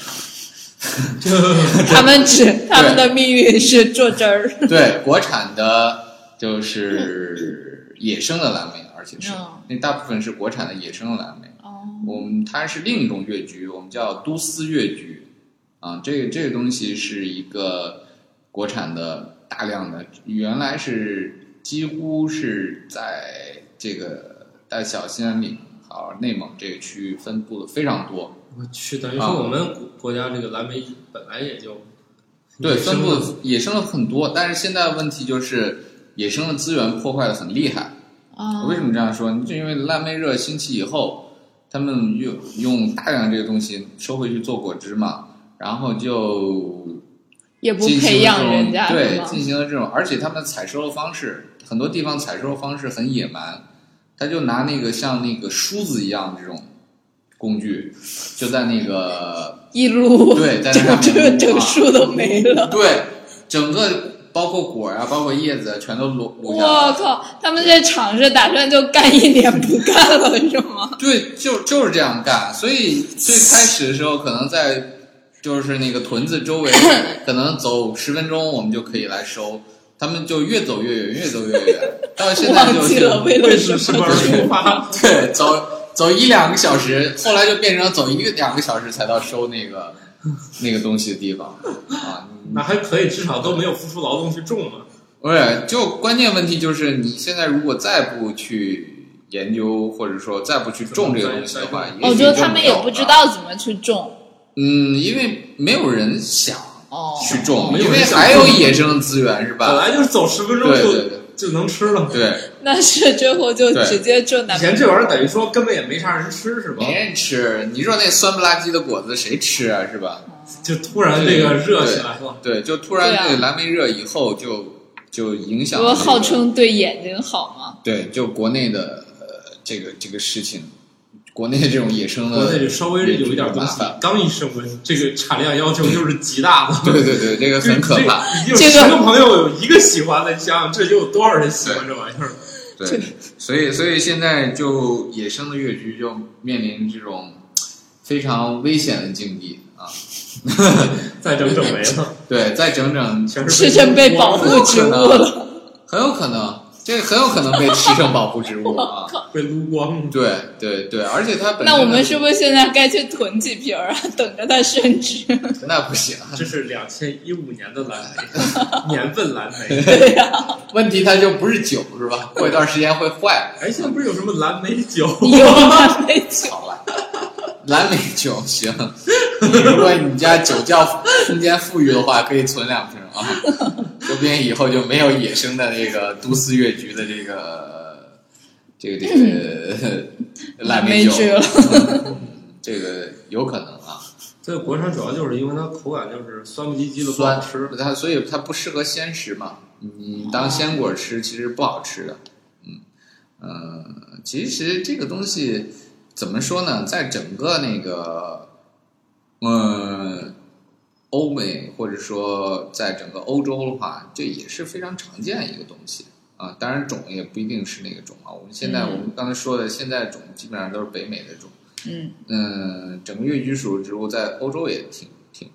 F: 他们只他们的命运是做汁儿，
H: 对，国产的就是野生的蓝莓，而且是
F: 嗯
H: 那大部分是国产的野生的蓝莓。
F: 哦，
H: 我们它是另一种越橘，我们叫都司越橘啊，这个这个东西是一个国产的大量的，原来是几乎是在这个大小兴安岭好内蒙这个区域分布的非常多，
G: 我去，等于
H: 啊
G: 说我们国国家这个蓝莓本来也就
H: 对，分布
G: 了
H: 的野生的很多，但是现在问题就是野生的资源破坏的很厉害。
F: 啊，
H: 为什么这样说？就因为蓝莓热兴起以后，他们用用大量这个东西收回去做果汁嘛，然后就
F: 也不
H: 进行
F: 培
H: 这
F: 养
H: 种
F: 人家，是
H: 对，
F: 吗？
H: 进行了这种，而且他们的采收的方式，很多地方采收的方式很野蛮，他就拿那个像那个梳子一样的这种工具，就在那个
F: 一撸，
H: 对在那
F: 整
H: 上面撸
F: 整
H: 啊
F: 整树都没了。
H: 对整个包括果呀、包括叶子啊全都裸裸下来
F: 我
H: 了。
F: 靠！他们这厂是打算就干一年不干了是吗？
H: 对，就就是这样干。所以最开始的时候，可能在就是那个屯子周围，可能走十分钟我们就可以来收，他们就越走越远，越走越远，到现在就
F: 忘
H: 是
F: 记了为了
G: 为
F: 什
G: 什
F: 么
G: 么什么而出发？
H: 对走走一两个小时，后来就变成走一个两个小时才到收那个那个东西的地方啊。
G: 那还可以，至少都没有付出劳动去种嘛。
H: 不是，就关键问题就是，你现在如果再不去研究，或者说再不去种这个东西的话，也
F: 我
H: 许
F: 觉得哦他们
H: 没
F: 也
H: 有
F: 不知
H: 了
F: 道怎么去种
H: 嗯，因为没有人想
F: 哦。
H: 去种，
G: 没有
H: 因
G: 人
H: 为
G: 想
H: 还有
G: 种
H: 野生的资源是
G: 本
H: 吧？
G: 来就是走十分钟
H: 对
G: 就
H: 对对
G: 就能吃了。
H: 对，
F: 那是最后就直接就拿
G: 以前这玩意儿等于说根本也没啥人吃，是吧？
H: 没人吃。你说那酸不拉几的果子谁吃啊？是吧？
G: 就突然这个热起来了。
H: 对，就突然
F: 对啊
H: 那个蓝莓热以后就就影响
F: 不
H: 了
F: 过
H: 这
F: 号
H: 个
F: 称对眼睛好嘛，
H: 对，就国内的呃这个这个事情，国内这种野生的
G: 国内就稍微有一点东
H: 麻
G: 西
H: 烦，，
G: 刚一升温，这个产量要求就是极大的。
H: 对对对，这个 很可怕。
G: 这这已经十个朋友有一个喜欢的，你想想这就有多少人喜欢这玩意儿？
H: 对，所以所以现在就野生的越橘就面临这种非常危险的境地啊。
G: 再整整没了，
H: 对，再整整
G: 全
F: 是
G: 是
F: 真被
G: 被
F: 保护植物了。
H: 很有可能，这个很有可能被吃成保护植物 啊。
G: 被撸光了。
H: 对对对，而且它本身
F: 那我们是不是现在该去囤几瓶儿啊？等着它升 值。
H: 那不行，
G: 这是两千一五年的蓝莓， 年份蓝莓。
F: 对呀、
H: 问题它就不是酒是 吧？过一段时间会坏。
G: 哎，现在不是有什么蓝莓酒？
F: 你 有吗？那酒
H: 好吧，蓝莓酒行。你如果你家酒窖空间富裕的话，可以存两瓶啊，说不定以后就没有野生的那个都市越橘的这个这个这个 蓝莓酒
F: 蓝莓
H: 嗯这个有可能啊。
G: 这个国产主要就是因为它口感就是酸不唧唧的，不好
H: 酸
G: 吃。
H: 它所以它不适合鲜食嘛。你当鲜果吃其实不好吃的。嗯呃，其实这个东西怎么说呢，在整个那个嗯欧美或者说在整个欧洲的话，这也是非常常见的一个东西。啊，当然种也不一定是那个种啊。我们现在、
F: 嗯
H: 我们刚才说的，现在种基本上都是北美的种。
F: 嗯，
H: 嗯，整个越橘属植物在欧洲也挺挺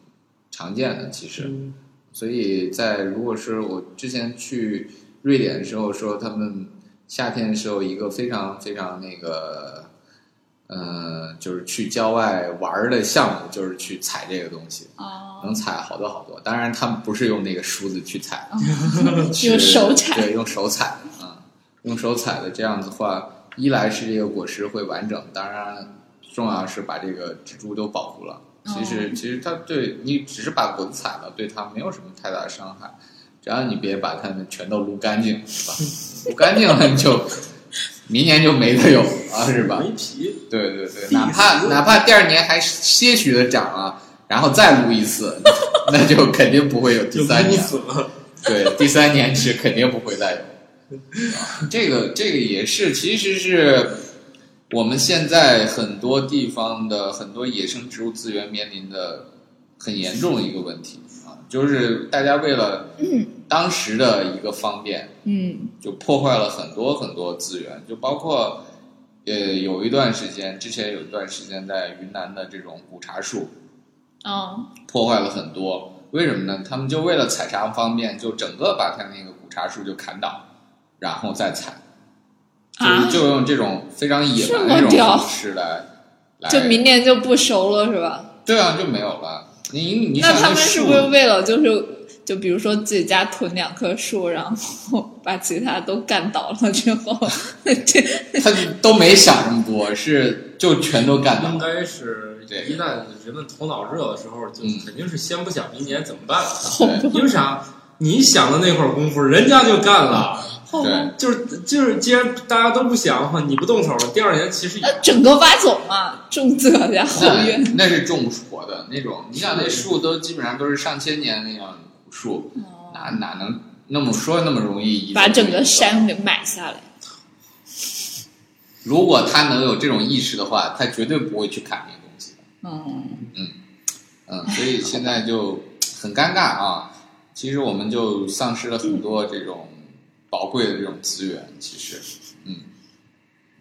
H: 常见的，其实。
G: 嗯
H: 所以在如果是我之前去瑞典的时候，说他们夏天的时候一个非常非常那个，呃，就是去郊外玩儿的项目，就是去采这个东西，
F: 哦，
H: 能采好多好多。当然，他们不是用那个梳子去采， 是
F: 哦用手采，
H: 对，用手采啊、用手采的这样子的话，一来是这个果实会完整，当然重要是把这个植株都保护了。其
F: 哦
H: 实其实它对你只是把果子采了，对它没有什么太大的伤害，只要你别把它们全都撸干净，是吧？撸干净了你就明年就没得有了，是吧？
G: 没皮，
H: 对对对，
G: 死
H: 哪怕哪怕第二年还些许的长啊，然后再撸 一次，那就肯定不会有
G: 就
H: 第三
G: 撸
H: 年。
G: 死了。
H: 对，第三年是肯定不会再 有。啊这个这个也是，其实是我们现在很多地方的很多野生植物资源面临的很严重的一个问题啊，就是大家为了当时的一个方便，
F: 嗯
H: 就破坏了很多很多资源，就包括呃有一段时间，之前有一段时间在云南的这种古茶树，
F: 哦，
H: 破坏了很多。为什么呢？他们就为了采茶方便，就整个把它那个古茶树就砍倒，然后再采，就是、
F: 啊，
H: 就用这种非常野蛮的
F: 这么
H: 这种
F: 屌
H: 方式来，来
F: 就明年就不熟了是吧？
H: 对啊就没有了。你你你
F: 那
H: 想
F: 他们是
H: 树
F: 不是为了就是就比如说自己家囤两棵树，然后把其他都干倒了之后， 这
H: 他都没想这么多，是就全都干
G: 应
H: 倒。
G: 该是
H: 对
G: 一旦人们头脑热的时候，就
H: 嗯
G: 肯定是先不想明年怎么办，
H: 对
G: 因为啥？你想的那会儿功夫，人家就干了。
F: 哦
H: 对，
G: 就是就是，既然大家都不想的话，你不动手，第二年其实也
F: 那 整个挖走啊嘛，种自个家 后
H: 那
F: 院。
H: 那是种活的那种，你想那树都基本上都是上千年那样的树，哪哪能那么说那么容易移走
F: 哦把整个
H: 一
F: 山给买下来，
H: 如果他能有这种意识的话，他绝对不会去砍那个东西的。
F: 嗯，
H: 嗯，所以现在就很尴尬啊。其实我们就丧失了很多这种宝贵的这种资源。其实，嗯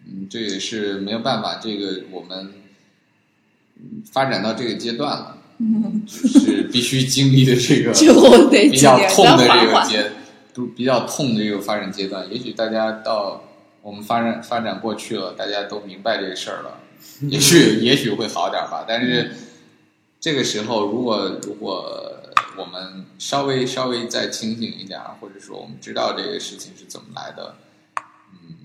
H: 嗯，这也是没有办法，这个我们嗯发展到这个阶段了，就是必须经历的这个
F: 最后得
H: 比
F: 几
H: 较
F: 年
H: 痛
F: 再
H: 的这
F: 缓
H: 个
F: 缓。
H: 阶，都比较痛的这个发展阶段。也许大家到我们发展发展过去了，大家都明白这个事儿 了，也许也许会好点儿吧。但是这个时候，如果如果我们稍微稍微再清醒一点儿，或者说我们知道这个事情是怎么来的，嗯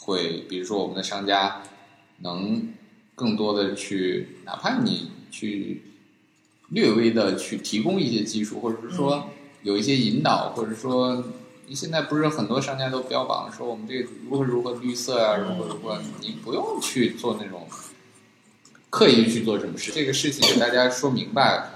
H: 会，比如说我们的商家能更多的去，哪怕你去略微的去提供一些技术，或者是
F: 嗯
H: 说有一些引导，或者说现在不是很多商家都标榜说我们这个如何如何绿色啊，
F: 嗯
H: 如何如何，你不用去做那种刻意去做什么事，这个事情给大家说明白，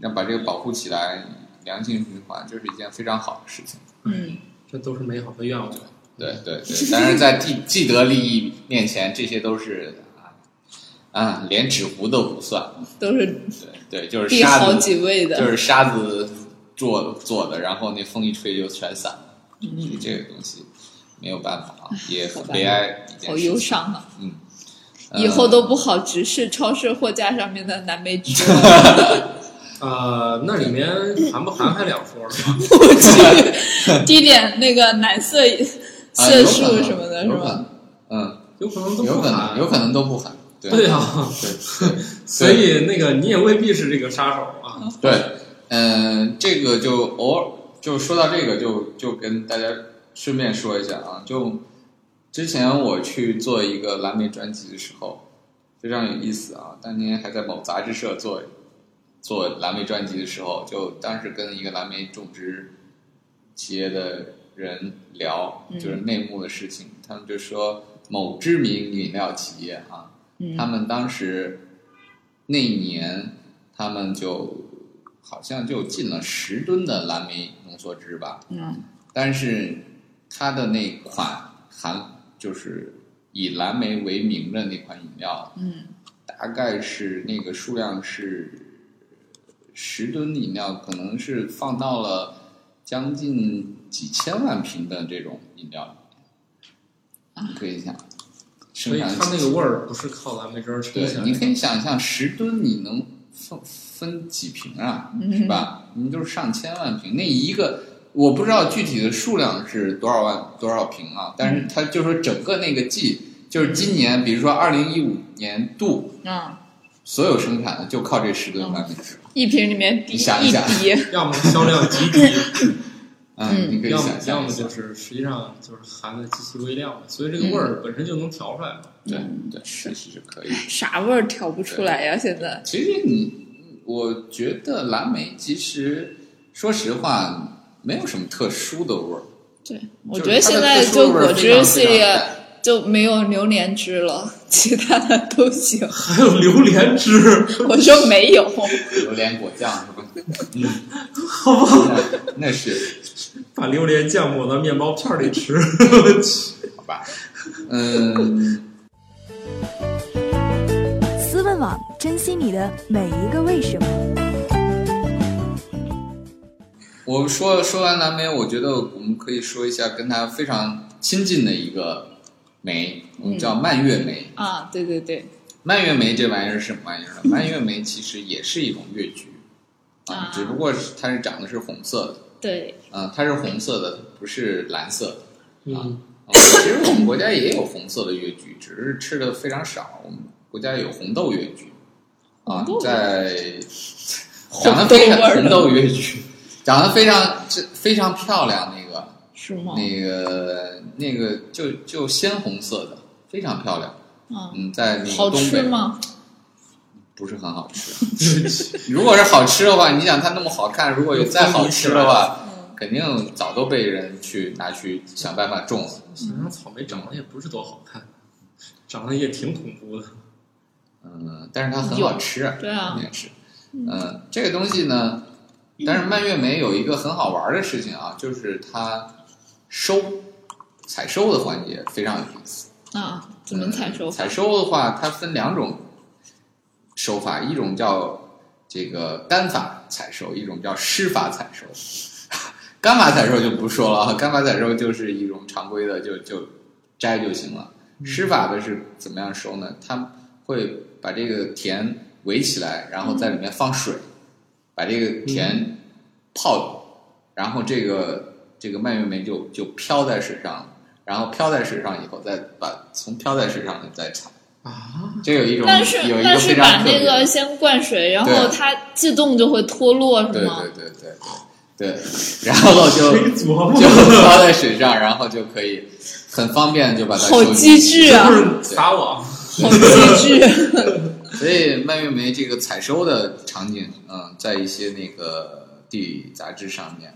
H: 让把这个保护起来，良性循环，就是一件非常好的事情。
F: 嗯，
G: 这都是美好的愿望。
H: 对对对，但是在既既得利益面前，这些都是啊啊，连纸糊都不算。
F: 都是
H: 对对，就是
F: 第好
H: 沙子，
F: 几位
H: 就
F: 的，
H: 是沙子做做的，然后那风一吹就全散了。
F: 嗯
H: 所以这个东西没有办法啊，也很悲哀一件
F: 好
H: 事
F: 忧
H: 情。
F: 伤啊！
H: 嗯，
F: 以
H: 呃
F: 后都不好直视超市货架上面的蓝莓汁了。
G: 呃，那里面含不含还两说 呢。
F: 我去，滴点那个奶色
H: 啊
F: 色
H: 有可
F: 素
H: 能
F: 什么的，是
H: 有可
F: 吧？
H: 能，嗯，
G: 有可能都
H: 有
G: 不
H: 可
G: 含
H: 能，。有可能都不含，对
G: 对啊，
H: 对对
G: 所以那个你也未必是这个杀手啊。
H: 对，嗯，这个就偶尔就说到这个，就就跟大家顺便说一下啊，就之前我去做一个蓝莓专辑的时候，非常有意思啊，当年还在某杂志社做做蓝莓专辑的时候，就当时跟一个蓝莓种植企业的人聊，就是内幕的事情，他们就说某知名饮料企业啊，
F: 嗯
H: 他们当时那一年他们就好像就进了十吨的蓝莓浓缩汁吧，
F: 嗯，
H: 但是它的那款含就是以蓝莓为名的那款饮料，
F: 嗯，
H: 大概是那个数量是十吨饮料，可能是放到了将近几千万瓶的这种饮料，你可以想，
G: 所
H: 生
G: 以
H: 产
G: 它
H: 几
G: 那个味儿不是靠蓝莓汁儿冲
H: 对
G: 起，来
H: 你
G: 的。
H: 可以想象十吨你能分分几瓶啊，是吧？你就是上千万瓶，那一个我不知道具体的数量是多少万多少瓶啊，但
G: 嗯
H: 是它就说整个那个季，就是今年，比如说二零一五年度
F: 啊，
H: 所有生产的就靠这十吨蓝莓汁，
F: 一瓶里面滴
H: 你想一
F: 一
H: 想
F: 滴，
G: 要么销量极低，
H: 嗯， 你可以
G: 要么
H: 想
G: 要
H: 象
G: 么
H: 一下
G: 就，是实际上就是含的极其微量的，所以这个味儿本身就能调出 来嘛。
H: 对对，确实是可以。
F: 啥味儿调不出来呀？现在
H: 其实你，我觉得蓝莓其实说实话没有什么特殊的味儿。
F: 对，我
H: 我
F: 觉得现在就果汁系列
H: 啊、
F: 就没有榴莲汁了，其他的都行。
G: 还有榴莲汁，
F: 我说没 有，
H: 榴莲果酱是吧？嗯， 好吧，那是
G: 把榴莲酱抹到面包片儿里 吃。
H: 好吧。嗯，
B: 思问网，珍惜你的每一个为什么。
H: 我说说完蓝莓，我觉得我们可以说一下跟它非常亲近的一个酶，我们叫蔓越莓。
F: 啊，对对对，
H: 蔓越莓这玩意儿是什么玩意儿呢？蔓越莓其实也是一种越 菊啊
F: 啊，
H: 只不过是它是长的是红色的，
F: 对，
H: 嗯、它是红色的，不是蓝色的。
G: 嗯，
H: 啊其实我们国家也有红色的越菊，只是吃的非常少。我们国家有红豆越菊，啊，在长得非常红豆越菊，长得非常这非常漂亮，那个
F: 是吗？
H: 那个那个就就鲜红色的，非常漂亮。
F: 啊，
H: 嗯，在那个
F: 好
H: 东
F: 吃
H: 北
F: 吗？
H: 不是很好吃。如果是好吃的话，你想它那么好看，如果有再好吃的
F: 嗯
H: 话，肯定早都被人去拿去想办法种了。
G: 想想草莓长得也不是多好看，长得也挺恐怖的。
H: 嗯，但是它很好吃，
F: 对啊
H: 肯定是。嗯，这个东西呢，但是蔓越莓有一个很好玩的事情啊，就是它收采收的环节非常有意思。
F: 啊，怎么采收
H: 嗯？采收的话，它分两种手法，一种叫这个干法采收，一种叫湿法采收。干法采收就不说了啊，干法采收就是一种常规的，就就摘就行了。湿法的是怎么样收呢？它会把这个田围起来，然后在里面放水，把这个田泡，然后这个这个蔓越莓就就飘在水上了。然后飘在水上以后，再把从飘在水上的再采啊，这有一种
F: 但是
H: 有一
F: 但
H: 个
F: 是
H: 非
F: 把
H: 常特
F: 那
H: 别的
F: 个先灌水，然后
H: 对
F: 它自动就会脱落，
H: 对
F: 是吗
H: 对？对对对对，然后就
G: 谁琢磨
H: 就？飘在水上，然后就可以很方便就把它
F: 好
H: 收
F: 机
H: 集
F: 智啊
G: 就！是撒网，
F: 好机 智，
H: 所以蔓越莓这个采收的场景，嗯，在一些那个地理杂志上面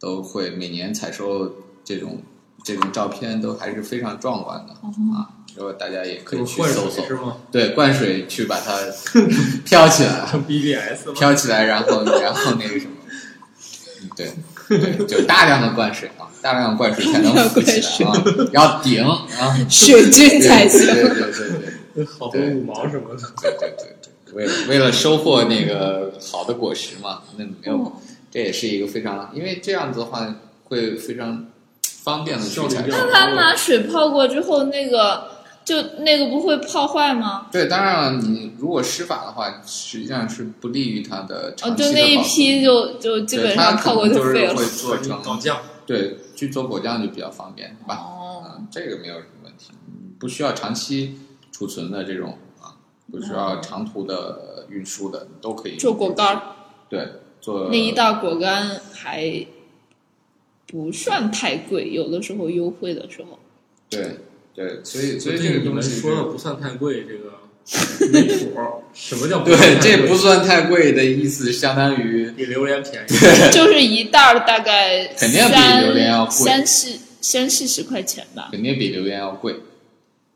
H: 都会每年采收这种这种照片都还是非常壮观的啊。如果大家也可以去
G: 灌
H: 搜搜
G: 水，是吗
H: 对，灌水去把它 飘起来，
G: ？BBS 吗？
H: 飘起来，然后然后那个什么，嗯对，对，就大量的灌水啊，大量的灌水才能浮起来啊，要顶啊，
F: 水军
H: 对
F: 才
H: 对
F: 行。
H: 对对对对
G: 好多五毛什么的。
H: 对对对对，为了为了收获那个好的果实嘛，那没有，这也是一个非常，因为这样子的话会非常方便的去
G: 效率
H: 采
G: 比较
H: 收
G: 高。
F: 他拿水泡过之后，那个就那个不会泡坏吗？
H: 对，当然了，你如果施法的话，实际上是不利于它的
F: 哦，
H: 长期
F: 就
H: 的
F: 那一
H: 保存
F: 批就就基本
H: 对它
F: 上
H: 可
F: 泡过
H: 能就是
F: 废了
H: 会。做
G: 你搞
H: 成
G: 酱，
H: 对去做果酱就比较方便，对吧？
F: 哦，
H: 嗯，这个没有什么问题，不需要长期储存的这种啊，不需要长途的运输的，都可以
F: 做果干儿，
H: 对，做
F: 那一袋果干还不算太贵，有的时候优惠的 时候。
H: 对对，所以
G: 所
H: 所以
G: 以这
H: 这个
G: 个你
H: 东
G: 们
H: 西
G: 说的
H: 是
G: 不算太贵，这 个没谱儿。什么叫不算
H: 对，
G: 太
H: 这
G: 贵
H: 不算太贵的意思，相当于
G: 比榴莲便宜。
F: 就是一袋儿大概
H: 肯定比
F: 三
H: 榴莲要贵
F: 三四三四十块钱吧。
H: 肯定比榴莲要贵，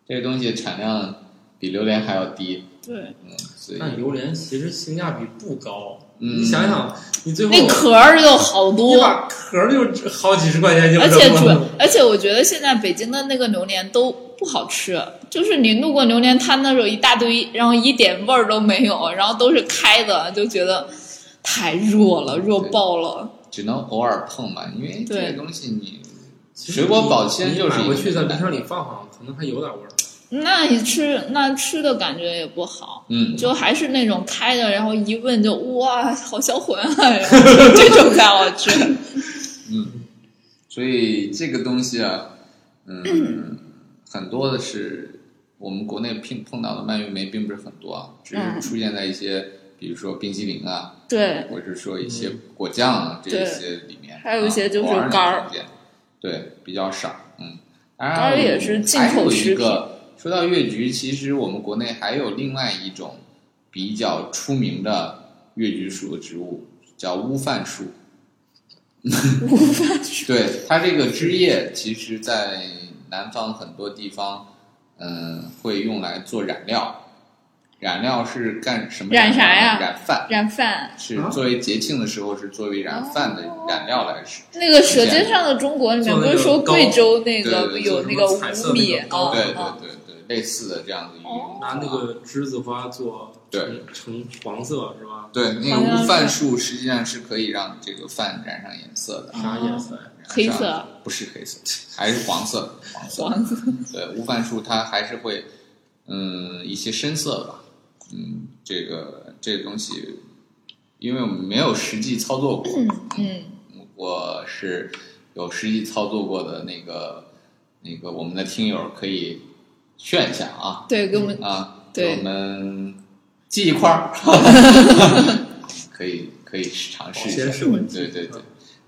H: 这个东西产量比榴莲还要低，
F: 对，
H: 嗯，所以
G: 但榴莲其实性价比不高，
H: 嗯
G: 你想想，你最后
F: 那壳儿有好
G: 你
F: 多，
G: 把壳儿就值好几十块 钱就
F: 而且
G: 扔
F: 主
G: 了。
F: 而且我觉得现在北京的那个榴莲都不好吃，就是你路过榴莲摊的时候一大堆，然后一点味儿都没有，然后都是开的，就觉得太弱了，弱爆了。
H: 只能偶尔碰嘛，因为这
F: 对
H: 个东西你
G: 其实
H: 水果保鲜
G: 你
H: 就是
G: 买
H: 一个
G: 回去在
H: 门槛
G: 冰箱里放放，可能还有点味儿。
F: 那你吃那吃的感觉也不好，
H: 嗯
F: 就还是那种开的，然后一问就哇，好销魂啊，然后就这种才好吃。
H: 所以这个东西啊，嗯，很多的是我们国内碰碰到的蔓越莓并不是很多啊，只是
F: 嗯
H: 出现在一些，比如说冰激凌啊，
F: 对，
H: 或者是说一些果酱啊、这一
F: 对
H: 些里面，
F: 还有一些就是
H: 啊偶尔能
F: 干儿
H: 看见对，比较少，嗯，当然
F: 干儿也
H: 我
F: 是进
H: 还有
F: 口
H: 一
F: 食品
H: 个说到越橘，其实我们国内还有另外一种比较出名的越橘属的植物，叫乌 饭树。对它这个枝叶，其实在南方很多地方，嗯、会用来做染料。染料是干什么料呢？
F: 染啥呀
H: 染饭
F: 染饭
H: 是作为节庆的时候是作为
F: 哦
H: 染饭的染料来使。
F: 那个《舌尖上的中国》里面不是说贵州那个有那个五米啊
H: 对对
F: 啊，
H: 对对，类似的这样的一
F: 哦
H: 种。
G: 拿那个栀子花做
H: 对
G: 成黄色是吧？
H: 对，那
F: 好
H: 个
F: 像
H: 乌
F: 是
H: 饭树实际上是可以让这个饭染上颜色的，
G: 啥颜色呀？
F: 黑
H: 染
F: 色
H: 上不是黑色， 还是黄色，黄色。
F: 黄色
H: 对，乌饭树它还是会，嗯，一些深色吧，嗯，这个这个东西，因为我们没有实际操作过，
F: 嗯，
H: 我是有实际操作过的那个那个我们的听友可以炫一下啊
F: 对，给我们
H: 啊，
F: 对
H: 我们记一块 儿，可以可以尝试一
G: 先
H: 下，
G: 试问题嗯
H: 对对对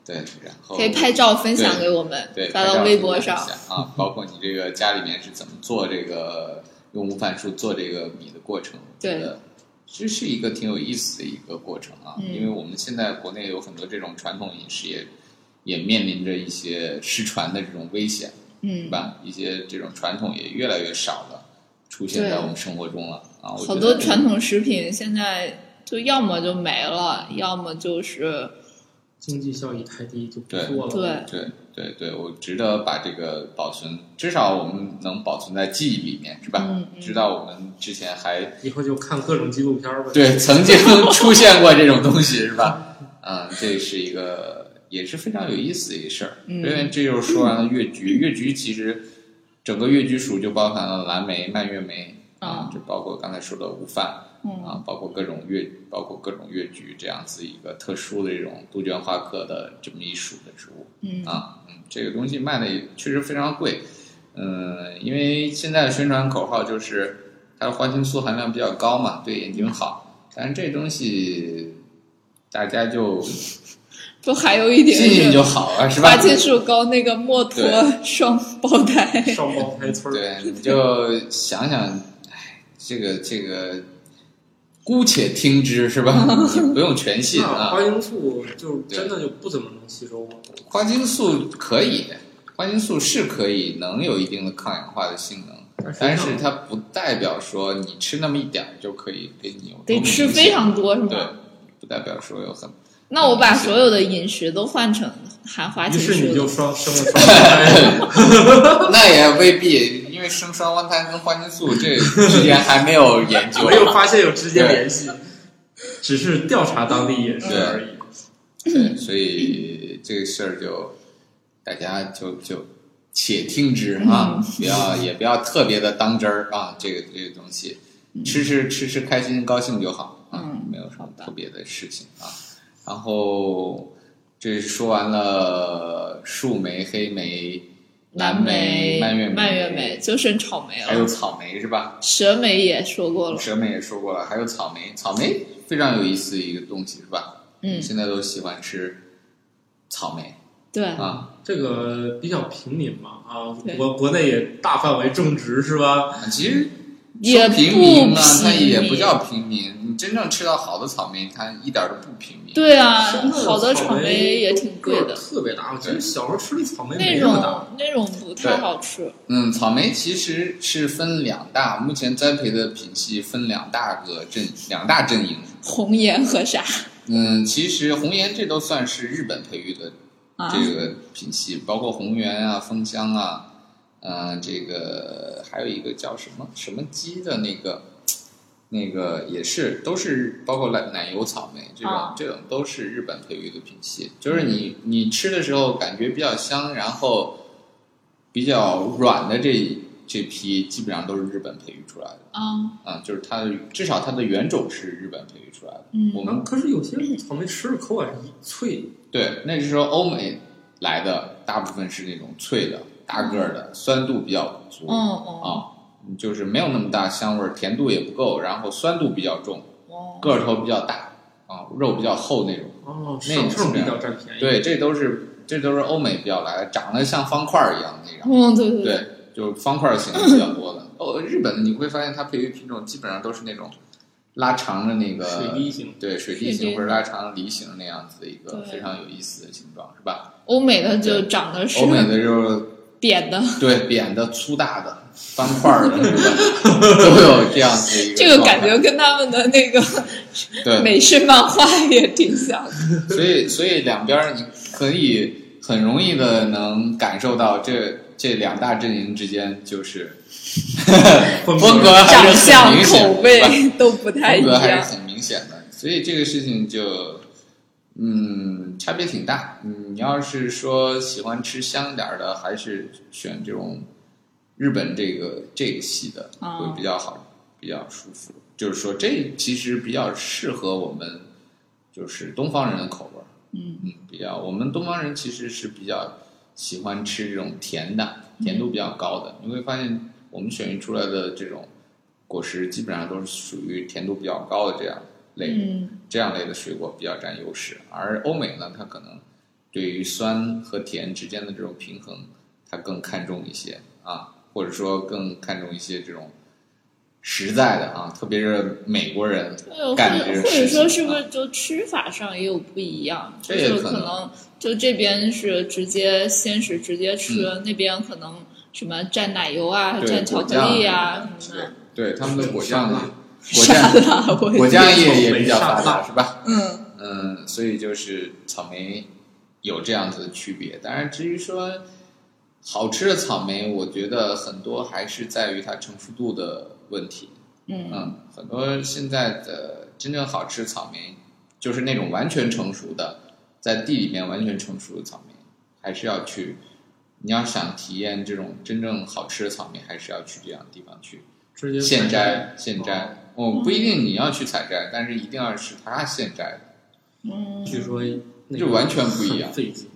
H: 对，然后
F: 可以拍照分享给我们
H: 哦对，，
F: 发
H: 拍照
F: 到微博
H: 分享
F: 上
H: 一。下啊，包括你这个家里面是怎么做这个用无饭树做这个米的过程，我觉
F: 对
H: 得这是一个挺有意思的一个过程啊，
F: 嗯
H: 因为我们现在国内有很多这种传统饮食也也面临着一些失传的这种危险，对
F: 嗯，
H: 吧？一些这种传统也越来越少了，出现
F: 对
H: 在我们生活中了啊，我觉
F: 好
H: 得
F: 多
H: 这
F: 传统食品现在就要么就没了，要么就是
G: 经济效益太低就不
H: 对
G: 做了。
F: 对
H: 对对对，我值得把这个保存，至少我们能保存在记忆里面，是吧？
F: 嗯嗯
H: 知道我们之前还
G: 以后就看各种纪录片儿呗。
H: 对曾经出现过这种东西，是 吧？嗯，这是一个也是非常有意思的一事儿。
F: 嗯
H: 因为这就是说完了越橘，越橘其实整个越橘属就包含了蓝莓、蔓越莓啊
F: 啊，
H: 就包括刚才说的无饭。
F: 嗯
H: 啊，包括各种越，包括各种越橘这样子一个特殊的这种杜鹃花科的这么一属的植物，
F: 嗯
H: 啊，嗯，这个东西卖的也确实非常贵，嗯，因为现在的宣传口号就是它的花青素含量比较高嘛，对眼睛好，但是这东西大 家就
F: 就还有一点
H: 信信就是好了，是吧
F: 花？青素高那个墨脱
H: 对
F: 双胞胎，
G: 双胞胎 村儿，
H: 对，你就想想，哎，这个这个。姑且听之是吧？你不用全信
G: 那
H: 啊。
G: 花青素就真的就不怎么能吸收啊吗？
H: 花青素可以，花青素是可以能有一定的抗氧化的性能，但
G: 但
H: 是
G: 是
H: 它不代表说你吃那么一点儿就可以给你有多
F: 得
H: 么
F: 吃
H: 明
F: 非
H: 显
F: 常多是
H: 对
F: 吗？，
H: 不代表说有很
F: 那我把所有的饮食都换成含花
G: 于
F: 青素
G: 是
F: 的，
G: 你就双生 了双胞胎，
H: 那也未必，因为生双胞胎跟花青素这之间还没有研究
G: 没有发现有直接联系，只是调查当地饮食而已。
H: 对，所以这个事儿就大家就就且听之
F: 嗯
H: 啊，不要也不要特别的当真儿啊，这个这个东西，吃吃吃吃开心高兴就好啊，
F: 嗯
H: 没有什么
F: 好的
H: 特别的事情啊。然后这说完了树莓、黑莓、蓝
F: 莓、
H: 莓、蔓越莓、
F: 蔓越莓，嗯就剩草莓
H: 还有
F: 了。
H: 草莓是吧？
F: 蛇莓也说过了，
H: 蛇莓也说过了，还有草莓，草莓非常有意思的一个东西是吧？
F: 嗯，
H: 现在都喜欢吃草莓
F: 对，
H: 啊，
G: 这个比较平民嘛啊，
F: 对
G: 国国内也大范围种植是吧？
H: 啊其实
F: 也
H: 说
F: 不
H: 平民嘛，它
F: 便宜
H: 也不叫平民。你真正吃到好的草莓，它一点儿都不平民。
F: 对啊，
G: 现在
F: 好的草莓
G: 莓
F: 也挺贵
G: 个儿
F: 的，
G: 特别大。我觉
H: 对
G: 得小时候吃的草莓
F: 那
G: 没那么大。
F: 种那种不太好吃。
H: 嗯，草莓其实是分两大，目前栽培的品系分两大个阵，两大阵营。
F: 红颜和啥
H: 嗯，其实红颜这都算是日本培育的
F: 啊？
H: 这个品系，包括红源啊、枫香啊，呃，这个还有一个叫什么什么鸡的那个，那个也是都是包括奶奶油草莓这种、
F: 啊嗯
H: 这种都是日本培育的品系，就是你你吃的时候感觉比较香，然后比较软的这这批基本上都是日本培育出来的
F: 啊，
H: 啊、就是它的至少它的原种是日本培育出来的，
F: 嗯
H: 我
G: 啊
H: 们
G: 可是有些草莓吃着口感是脆，
H: 对，那时候欧美来的大部分是那种脆的、大个儿的，酸度比较足，
F: 嗯嗯
H: 啊，就是没有那么大香味儿，甜度也不够，然后酸度比较重，
F: 哦，
H: 个头比较大，啊，肉比较厚那种。
G: 哦，
H: 那
G: 上
H: 种
G: 秤
H: 是
G: 比较占便宜。，
H: 对，这都是这都是欧美比较来的，长得像方块儿一样那种，
F: 嗯对对
H: 对，就是方块儿型的比较多的。哦，日本你会发现它培育品种基本上都是那种拉长的那个
G: 水滴型
H: 对水
F: 水滴
H: 滴型或者拉长梨形那样子的一个
F: 对
H: 非常有意思的形状，是吧？
F: 欧美的就长得是
H: 欧美的就是
F: 扁的，
H: 对，扁的、粗大的、方块儿的，是吧都有这样子一个
F: 这个
H: 状态
F: 感觉跟他们的那个
H: 对，
F: 美式漫画也挺像的。
H: 所以所以两边儿你可以很容易的能感受到这这两大阵营之间就是
G: 风
H: 风格 还
F: 长
H: 是很
F: 相、
H: 明显
F: 口
H: 的
F: 味都不太一
H: 风格还
F: 样。
H: 是很明显的，所以这个事情就嗯差别挺大。嗯，你要是说喜欢吃香点儿的，还是选这种日本这个这个系的
F: 哦
H: 会比较好，比较舒服。就是说，这其实比较适合我们就是东方人的口味儿。
F: 嗯
H: 嗯，比较我们东方人其实是比较喜欢吃这种甜的，甜度比较高的。你会发现我们选育出来的这种果实基本上都是属于甜度比较高的这样类、
F: 嗯
H: 这样类的水果比较占优势，而欧美呢，它可能对于酸和甜之间的这种平衡，它更看重一些啊，或者说更看重一些这种实在的啊，特别是美国人
F: 或
H: 干的这
F: 者
H: 个
F: 或者
H: 事情、
F: 说是不
H: 啊
F: 是就吃法上也有不一样？
H: 这
F: 就
H: 也
F: 是
H: 可能
F: 可能就这边是直接鲜食直接吃，那边可能什么蘸奶油啊、
H: 嗯对
F: 蘸巧克力啊什么
H: 对
F: 的。，
H: 对他们的果
G: 沙
H: 酱
G: 拉，
H: 果酱
F: 沙拉我
H: 果酱业
G: 草
H: 也
G: 莓
H: 比较
G: 沙
H: 发达，
G: 拉
H: 是吧？
F: 嗯，
H: 嗯，所以就是草莓有这样子的区别。当然，至于说好吃的草莓，我觉得很多还是在于它成熟度的问题。
F: 嗯
H: 很多现在的真正好吃的草莓，就是那种完全成熟的，在地里面完全成熟的草莓，还是要去。你要想体验这种真正好吃的草莓，还是要去这样的地方去。
G: 直接
H: 现摘
G: 摘，
H: 现摘，哦，不一定你要去采摘，但是一定要是他现摘的，
F: 嗯
G: 据说那
H: 就
G: 个
H: 完全不一样
G: 很费劲，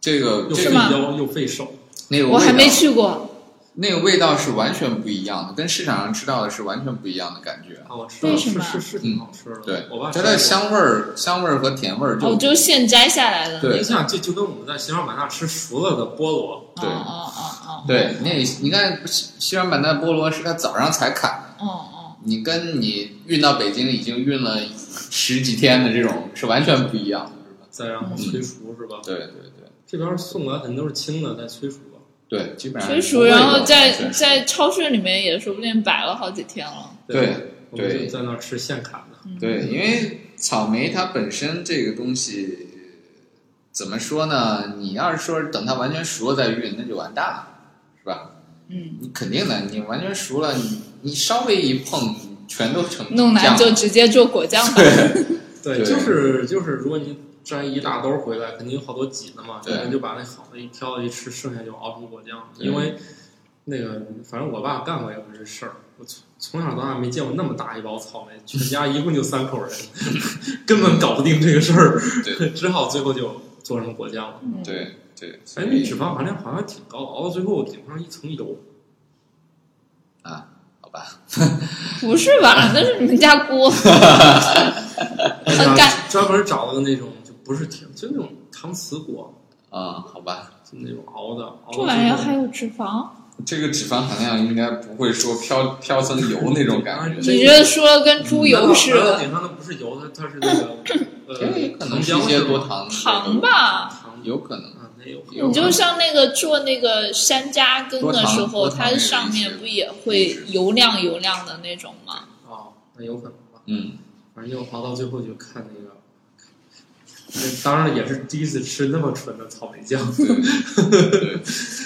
H: 这个
G: 又
H: 这
G: 费
H: 个
F: 吗
G: 腰又费手。
H: 那个
F: 我还
H: 味道
F: 没去过，
H: 那个味道是完全不一样的，跟市场上吃到的是完全不一样的感觉。
G: 啊，我吃了
F: 为什
G: 是
F: 么
G: 是是挺好吃的。
H: 嗯对
G: 我爸，
H: 它
G: 吃过
H: 的香味儿、香味儿和甜味儿就
F: 哦，就现摘下来的。
H: 对
G: 你想，就就跟我们在西双版纳吃熟了的菠萝，
F: 哦
H: 对
F: 哦哦哦，
H: 对。那你看西西双版纳菠萝是他早上才砍
F: 哦
H: 的，
F: 哦，
H: 你跟你运到北京已经运了十几天的这种是完全不一样的，是吧？
G: 再然后催熟是吧？
H: 对对对
G: 这边送过来肯定都是青的，再催熟吧。
H: 对，基本上
F: 催熟，
H: 味道
F: 然后
H: 完
F: 在
H: 全是
F: 在超市里面也说不定摆了好几天了。
H: 对
G: 我们
H: 对
G: 就在那儿吃现砍的。
H: 对，因为草莓它本身这个东西怎么说呢？你要是说等它完全熟了再运，那就完蛋了，是吧？
F: 嗯，
H: 你肯定的，你完全熟了，你你稍微一碰，全都成
F: 弄
H: 酱
F: 来
H: 了
F: 就直接做果酱吧。
G: 对，
H: 对
G: 就是就是，如果你摘一大兜回来，肯定有好多挤的嘛，
H: 对
G: 有人就把那好的一挑一吃，剩下就熬成果酱。
H: 对
G: 因为那个，反正我爸干过一回这事儿，我从从小到大没见过那么大一包草莓，全家一共就三口人， 根本搞不定这个事儿，
H: 对
G: 只好最后就做成果酱了。
H: 对对，所
G: 哎，那
H: 以
G: 脂肪含量好像挺高，熬到最后顶上一层油。
H: 啊，好吧，
F: 不是吧？那是你们家锅，很干。
G: 专门找了个那种就不是铁，就那种搪瓷锅，
H: 啊，好吧，
G: 就那种熬的。熬
F: 这玩意儿
G: 的
F: 还有脂肪？
H: 这个脂肪含量应该不会说飘飘增油那种感 觉，
F: 你这说的跟猪油似的，
G: 顶上的不是油，它它是那个
H: 这
G: 呃
H: 可能
G: 糖
H: 是
G: 浆
H: 一些
G: 是
H: 多
G: 吗
H: 糖
F: 糖，吧？
G: 糖
H: 有可能。
G: 啊，那有可能
F: 你就像那个做那个山楂羹的时候，
H: 多糖多糖
F: 它上面不也会油亮油亮的那种吗？
G: 啊，那有可能吧。
H: 嗯，
G: 反正就熬到最后就看那个，那当然也是第一次吃那么纯的草莓酱，
H: 对对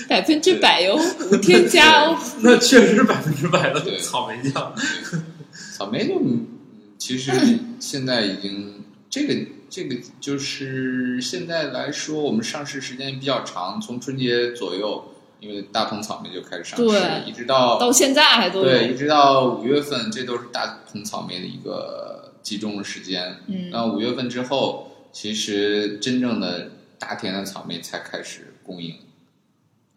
F: 百分之百油，无添加哦。
G: 那确实是百分之百的
H: 对
G: 草莓酱。
H: 草莓就嗯其 实现在已经这个这个就是现在来说，我们上市时间比较长，从春节左右，因为大棚草莓就开始上市
F: 对，
H: 一直到
F: 到现在还都
H: 对，
F: 有，
H: 一直到五月份，这都是大棚草莓的一个集中时间。
F: 嗯，
H: 那五月份之后，其实真正的大田的草莓才开始供应，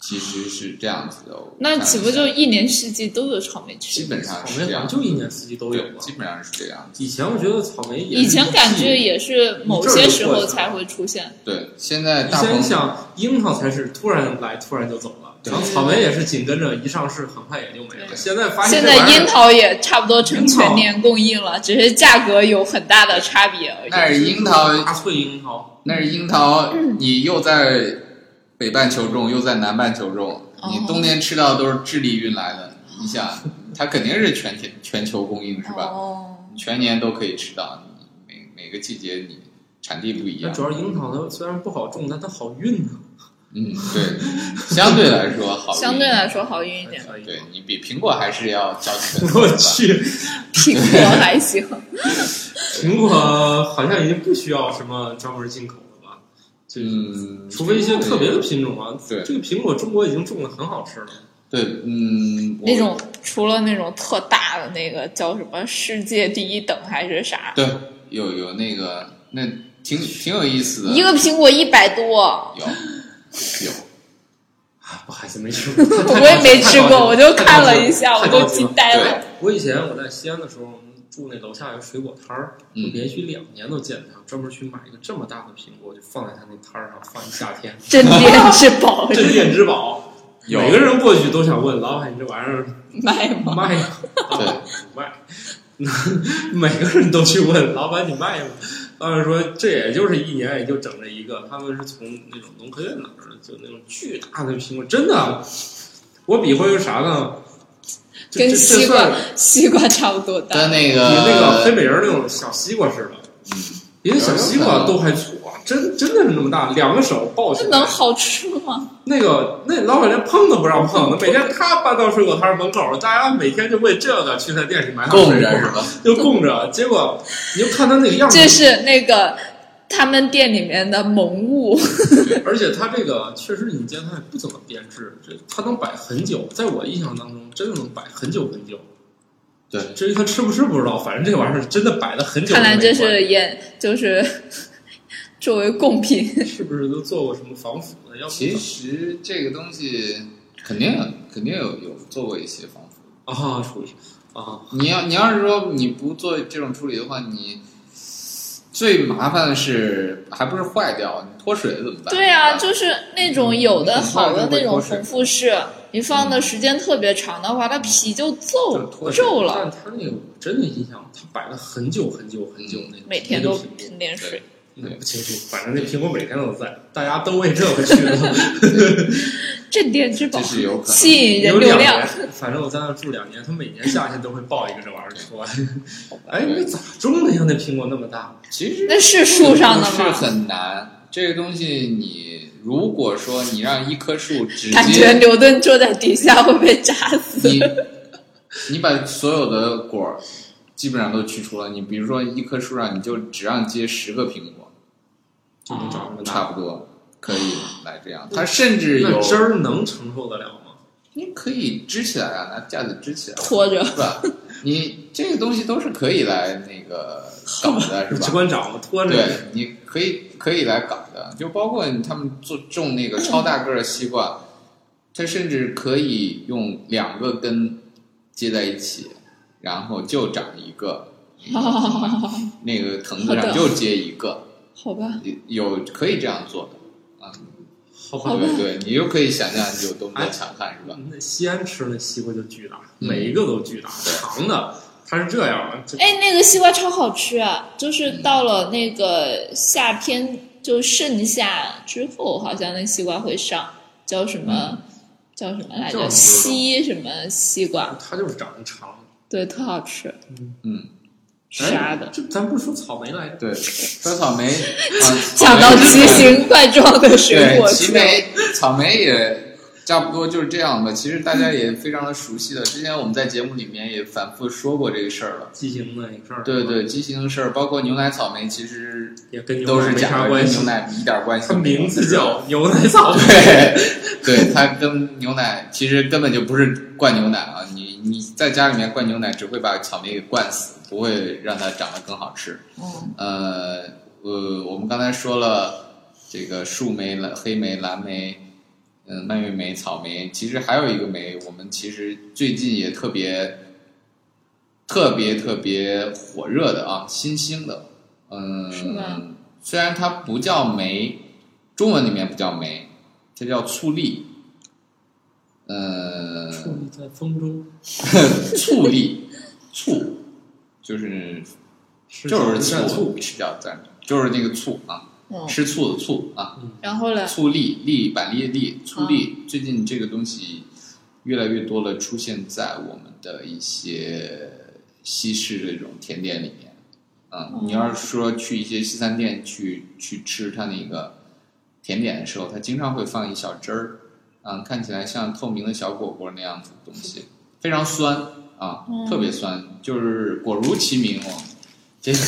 H: 其实是这样子的。我
F: 那
H: 看了
F: 岂不
H: 一下
F: 就一年四季都有草莓
H: 基
F: 吃？
H: 本
G: 草
H: 上是
G: 莓
H: 这
G: 好像
H: 样子？
G: 就一年四季都有
H: 对，
G: 吧
H: 基。本上是这样子。
G: 以前我觉得草莓也是
F: 以前感觉也是某些时候才会出现，
H: 对，现在
G: 以
H: 大
G: 前
H: 棚
G: 你想樱桃才是突然来，突然就走了，
H: 对
G: 然后草莓也是紧跟着一上市，很快也就没了。
H: 对
G: 现在发现
F: 现
G: 这玩
F: 在
G: 意儿
F: 樱桃也差不多成全年供应了，只是价格有很大的差别而
H: 那
F: 已。
H: 是樱桃，
G: 大脆樱桃，
H: 那是樱桃，
F: 嗯
H: 你又在北半球种，又在南半球种，
F: 哦
H: 你冬天吃到的都是智利运来的，你想，它肯定是全天全球供应是吧？
F: 哦，
H: 你全年都可以吃到，你每每个季节你产地不一
G: 那
H: 样
G: 主。要是樱桃它虽然不好种，但它好运啊。
H: 嗯，对，相对来 说好运，
F: 相对来说好运一点，
G: 可以
H: 对你比苹果还是要娇气很 多
G: 我
H: 的吧。
G: 去，
F: 苹果还行。
G: 苹果好像已经不需要什么专门进口了吧？就
H: 嗯，
G: 除非一些特别的品种啊。
H: 对
G: 这个苹果中国已经种的很好吃了。
H: 对，嗯，我
F: 那种除了那种特大的那个叫什么世界第一等还是啥，
H: 对有有那个那挺挺有意思的，
F: 一个苹果一百多，
H: 有有，
G: 我还是没吃过，
F: 我也没吃过，我就
G: 太高
F: 看了
G: 级
F: 一下，我
G: 太高
F: 都
G: 级
F: 惊
G: 了
F: 呆
H: 对
F: 了。
G: 我以前我在西安的时候，我们住那楼下有水果摊儿，
H: 嗯
G: 我连续两年都见他，专门去买一个这么大的苹果，就放在他那摊儿上放一夏 天，
F: 镇店之宝
G: 镇店之宝。
H: 有
G: 每个人过去都想问老板：“你这玩意儿
F: 卖吗？
G: 卖吗？”老
H: 哦
G: 板不卖。每个人都去问老板：“你卖吗？”老板说：“这也就是一年也就整这一个。”他们是从那种农科院哪儿的，就那种巨大的苹果，真的。我比划一个啥呢？这
F: 跟
G: 这这
F: 西
G: 事儿
F: 瓜西瓜差不多
H: 跟
F: 大，
H: 那
G: 比那个黑
H: 个
G: 美人那种小西瓜似的，比那小西瓜都还粗啊！真真的是那么大，两个手抱起
F: 这
G: 来。
F: 能好吃吗？
G: 那个那老板连碰都不让碰，每天他搬到水果摊门口，大家每天就为这个去他店里买
H: 供
G: 着
H: 着是吧？
G: 就供着。结果你就看他那个样子，
F: 这是那个他们店里面的萌物，
G: 而且他这个确实你见他也不怎么变质，这他能摆很久，在我印象当中真的能摆很久很久。
H: 对
G: 至于他吃不吃不知道，反正这玩意儿真的摆了很久都
F: 看
G: 没坏。
F: 来这是演就是作为贡品。
G: 是不是都做过什么防腐的？要不
H: 其实这个东西肯定肯定有有做过一些防腐。
G: 啊，处理啊，
H: 你要你要是说你不做这种处理的话，你最麻烦的是还不是坏掉，你脱水怎么办？
F: 对啊，就是那种有的好的那种红富士，你放的时间特别长的话，它皮就
G: 嗯就是脱
F: 皱
G: 水
F: 皱哦了，
G: 但他那个我真的印象，他摆了很久很久很久那个，
F: 每天都
G: 那个苹
F: 喷点水。
G: 果嗯不清楚，反正那苹果每天都在，大家都为这个去的，
F: 镇店之宝
H: 这，是有可能。
F: 吸引人
G: 有两
F: 流量
G: 年。，反正我在那住两年，他每年夏天都会抱一个这玩意儿 出来。哎，那咋种的呀？那苹果那么大，
H: 其实
F: 那是树上的
H: 是
F: 吗？
H: 很难。这个东西你如果说你让一棵树直接
F: 感觉牛顿坐在底下会被砸死。
H: 你你把所有的果儿基本上都去除了，你比如说一棵树上你就只让结十个苹果，
G: 就能长这么
H: 啊差
G: 大。
H: 不多可以来这样。它甚至有
G: 那汁儿能承受得了吗？
H: 你可以支起来啊，拿架子支起来，
F: 拖着
H: 是吧？你这个东西都是可以来那个搞 的，是
G: 机
H: 吧？
G: 关掌拖着，
H: 对，你可以可以来搞的，就包括他们做种那个超大个儿的西瓜，它甚至可以用两个根接在一起，然后就长一个，那个藤子
F: 好
H: 上
F: 的
H: 就接一个，
F: 好吧，
H: 有可以这样做的啊。
G: 好吧。
H: 对对，你就可以想象有多么的
G: 哎
H: 强悍，是吧？
G: 那西安吃那西瓜就巨大，
H: 嗯
G: 每一个都巨大，长的它是这样的，这
F: 哎，那个西瓜超好吃啊！
H: 嗯
F: 就是到了那个夏天，就盛夏之后，好像那西瓜会上，叫什
H: 嗯
F: 么？叫什么来
G: 叫什
F: 着？
G: 么
F: 西什么西瓜？
G: 它就是长得长。
F: 对，特好吃，
H: 嗯，
F: 啥的
G: 哎。这咱不说草莓来着，
H: 对，说草莓，啊
F: 讲到奇，形怪状 的
H: 草莓
F: 水
H: 对，
F: 果
H: 奇
F: 去，
H: 莓，草莓也差不多就是这样吧。其实大家也非常的熟悉了，之前我们在节目里面也反复说过这个事儿了。
G: 畸形的一事儿，
H: 对对，畸形的事儿，包括牛奶草莓，其实
G: 也跟牛
H: 都
G: 奶
H: 是
G: 没
H: 假
G: 啥
H: 的，
G: 关
H: 跟
G: 系
H: 牛。奶一点关系
G: 它
H: 都没有。
G: 名字叫牛奶草莓，
H: 对， 对，它跟牛奶其实根本就不是灌牛奶啊！你你在家里面灌牛奶，只会把草莓给灌死，不会让它长得更好吃。
F: 嗯，
H: 呃呃，我们刚才说了这个树莓、蓝黑莓、蓝莓，嗯，蔓越莓、草莓，其实还有一个莓，我们其实最近也特别特别特别火热的啊，新兴的，嗯，
F: 是吗
H: 虽然它不叫莓，中文里面不叫莓，它叫醋栗，嗯、
G: 矗立在风中，
H: 醋栗，醋就是就是
G: 蘸
H: 醋
G: 醋，，
H: 吃叫蘸，就是那个醋啊，
F: 嗯
H: 吃醋的醋啊，
F: 然后呢？
H: 醋栗栗板栗的栗醋栗，最近这个东西越来越多了，出现在我们的一些西式的这种甜点里面。嗯，你要是说去一些西餐店去去吃它那个甜点的时候，它经常会放一小汁儿，嗯，看起来像透明的小果果那样子的东西，非常酸啊，特别酸，就是果如其名哦。这个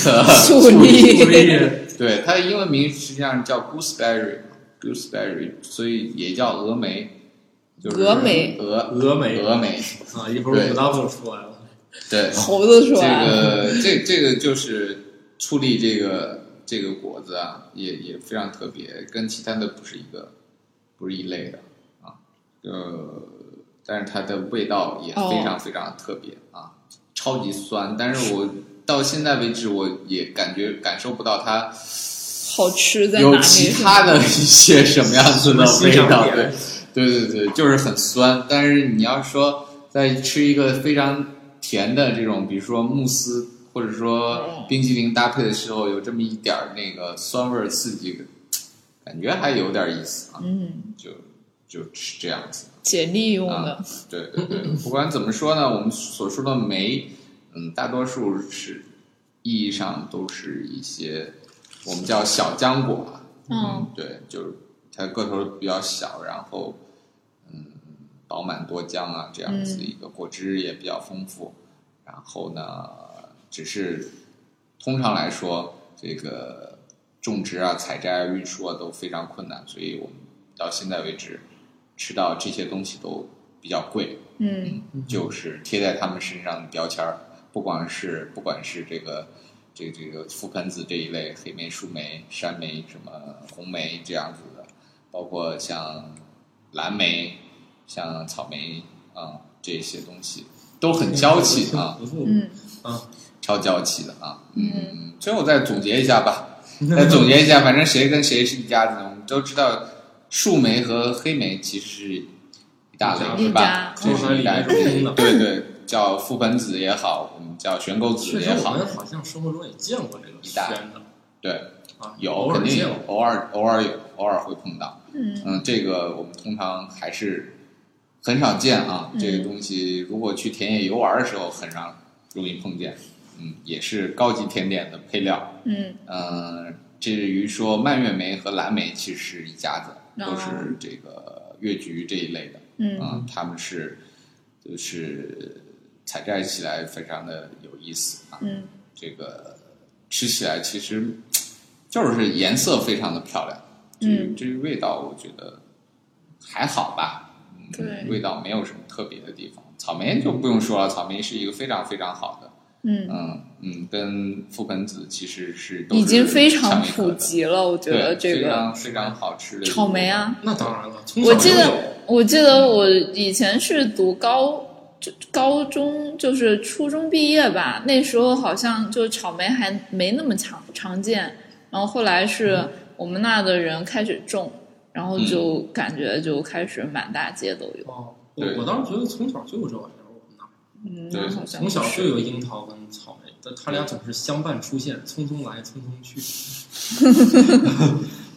F: 醋 栗
G: 所以
H: 对，它的英文名实际上叫 gooseberry gooseberry，所以也叫峨梅，就是
F: 峨眉
H: 峨
G: 峨眉
H: 峨眉。
G: 啊，一会儿
H: 对
G: 武大夫出来了，
H: 对，
F: 猴子
H: 这
F: 说啊，
H: 个这这个就是处理这个这个果子啊，也也非常特别，跟其他的不是一个不是一类的啊，呃，但是它的味道也非常非常特别啊，超级酸，但是我到现在为止我也感觉感受不到它。
F: 好吃在哪
H: 有
F: 里？
H: 其他的一些什么样子 的
G: 欣
H: 味
G: 赏
H: 道？对
G: 点，
H: 对对对，就是很酸。但是你要说再吃一个非常甜的这种，比如说慕斯或者
F: 哦
H: 说冰淇淋搭配的时候，有这么一点儿那个酸味儿刺激感，感觉还有点意思啊。
F: 嗯，
H: 就就是这样子。
F: 解腻用的
H: 啊。对对对， 不管怎么说呢，我们所说的酶，嗯，大多数是意义上都是一些我们叫小浆果啊。
F: 嗯，
H: 对，就是它个头比较小，然后嗯，饱满多浆啊，这样子一个果汁也比较丰富。然后呢，只是通常来说，这个种植啊、采摘啊、运输啊都非常困难，所以我们到现在为止吃到这些东西都比较贵，
F: 嗯，
H: 就是贴在他们身上的标签儿，不管是不管是这个这这个覆盆子这一类黑莓、树莓、山莓、什么红莓这样子的，包括像蓝莓、像草莓啊、这些东西都很娇气啊，
G: 不错，
F: 嗯，
H: 超娇气的啊。嗯，最后再总结一下吧，再总结一下，反正谁跟谁是一家子，我们都知道树莓和黑莓其实是一大类
G: 一
H: 是吧
F: 家？
H: 这
G: 口
H: 是
G: 里
H: 一大
G: 面是通
H: 类，
G: 的
H: 对对，叫覆盆子也好，我们叫悬钩
G: 确实
H: 子也
G: 我
H: 好，
G: 们好像生活中也见过这个
H: 一大
G: 宣的
H: 对。
G: 啊，
H: 有，
G: 偶
H: 肯
G: 尔
H: 定
G: 见
H: 有
G: 过，，
H: 偶尔偶尔有，偶尔会碰到。
F: 嗯
H: 这个我们通常还是很少见啊。这个东西如果去田野游玩的时候，很常容易碰见。嗯，也是高级甜点的配料。
F: 嗯，
H: 嗯、至于说蔓越莓和蓝莓，其实是一家子，都是这个越橘这一类的。
F: 嗯
H: 啊、他们是就是采摘起来非常的有意思啊。
F: 嗯，
H: 这个吃起来其实非就是颜色非常的漂亮。
F: 嗯，
H: 至于味道，我觉得还好吧。嗯
F: 对
H: 味道没有什么特别的地方。草莓就不用说了，草莓是一个非常非常好的，
F: 嗯，
H: 嗯嗯，跟覆盆子其实是都是
F: 已经非常
H: 相一个
F: 普
H: 的，
F: 及了，我觉
H: 对，
F: 得这
H: 非
F: 个
H: 常非常好吃的
F: 草莓啊，
G: 那当然了，从小
F: 我记
G: 就
F: 得
G: 有，
F: 我记得我以前是读高就高中，就是初中毕业吧，那时候好像就草莓还没那么常常见，然后后来是我们那的人开始种，然后就感觉就开始满大街都有，
G: 哦，我
H: 对
G: 我当时觉得从小就有这玩意儿，我们那儿
F: 嗯，
H: 对
F: 那好像
G: 从小
F: 是
G: 就有樱桃跟草莓，但它俩总是相伴出现，匆匆来，匆匆去。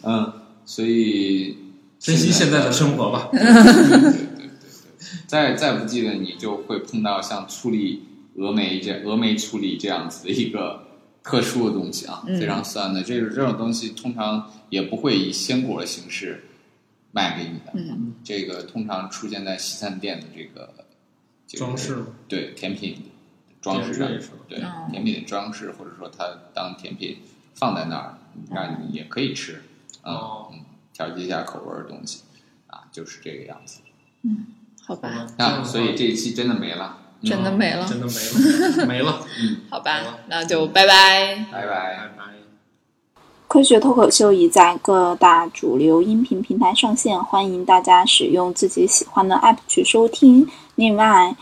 H: 嗯，所以
G: 珍惜现在的生活 吧。
H: 对对对对， 再再不济呢，你就会碰到像醋栗、峨眉这峨眉醋栗这样子的一个特殊的东西啊，
F: 嗯
H: 非常酸的。这种这种东西通常也不会以鲜果的形式卖给你的，
F: 嗯
H: 这个通常出现在西餐店的这个、这个
G: 装饰吗
H: 对甜品装饰上
G: 点缀是吧，
H: 对
F: 哦
H: 甜品的装饰，或者说它当甜品放在那儿，让你也可以吃，嗯
G: 哦
H: 嗯，调节一下口味儿的东西啊，就是这个样子。
F: 好吧，
G: 嗯
H: 啊，所以这一期真的没了，嗯
F: 真的没了，
G: 真的没了，没 了，哎
F: 好
G: 好
F: 吧
G: 吧，
F: 那就拜拜。
H: 拜拜。
G: 拜拜。
I: 科学脱口秀已在各大主流音频平台上线，欢迎大家使用自己喜欢的 app 去收听。另外，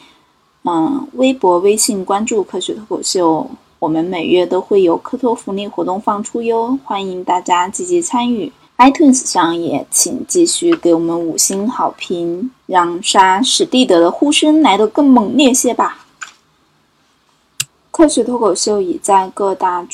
I: 嗯，微博、微信关注科学脱口秀，我们每月都会有科托福利活动放出哟，欢迎大家积极参与。iTunes 上也请继续给我们五星好评，让杀史蒂德的呼声来得更猛烈些吧。科学脱口秀已在各大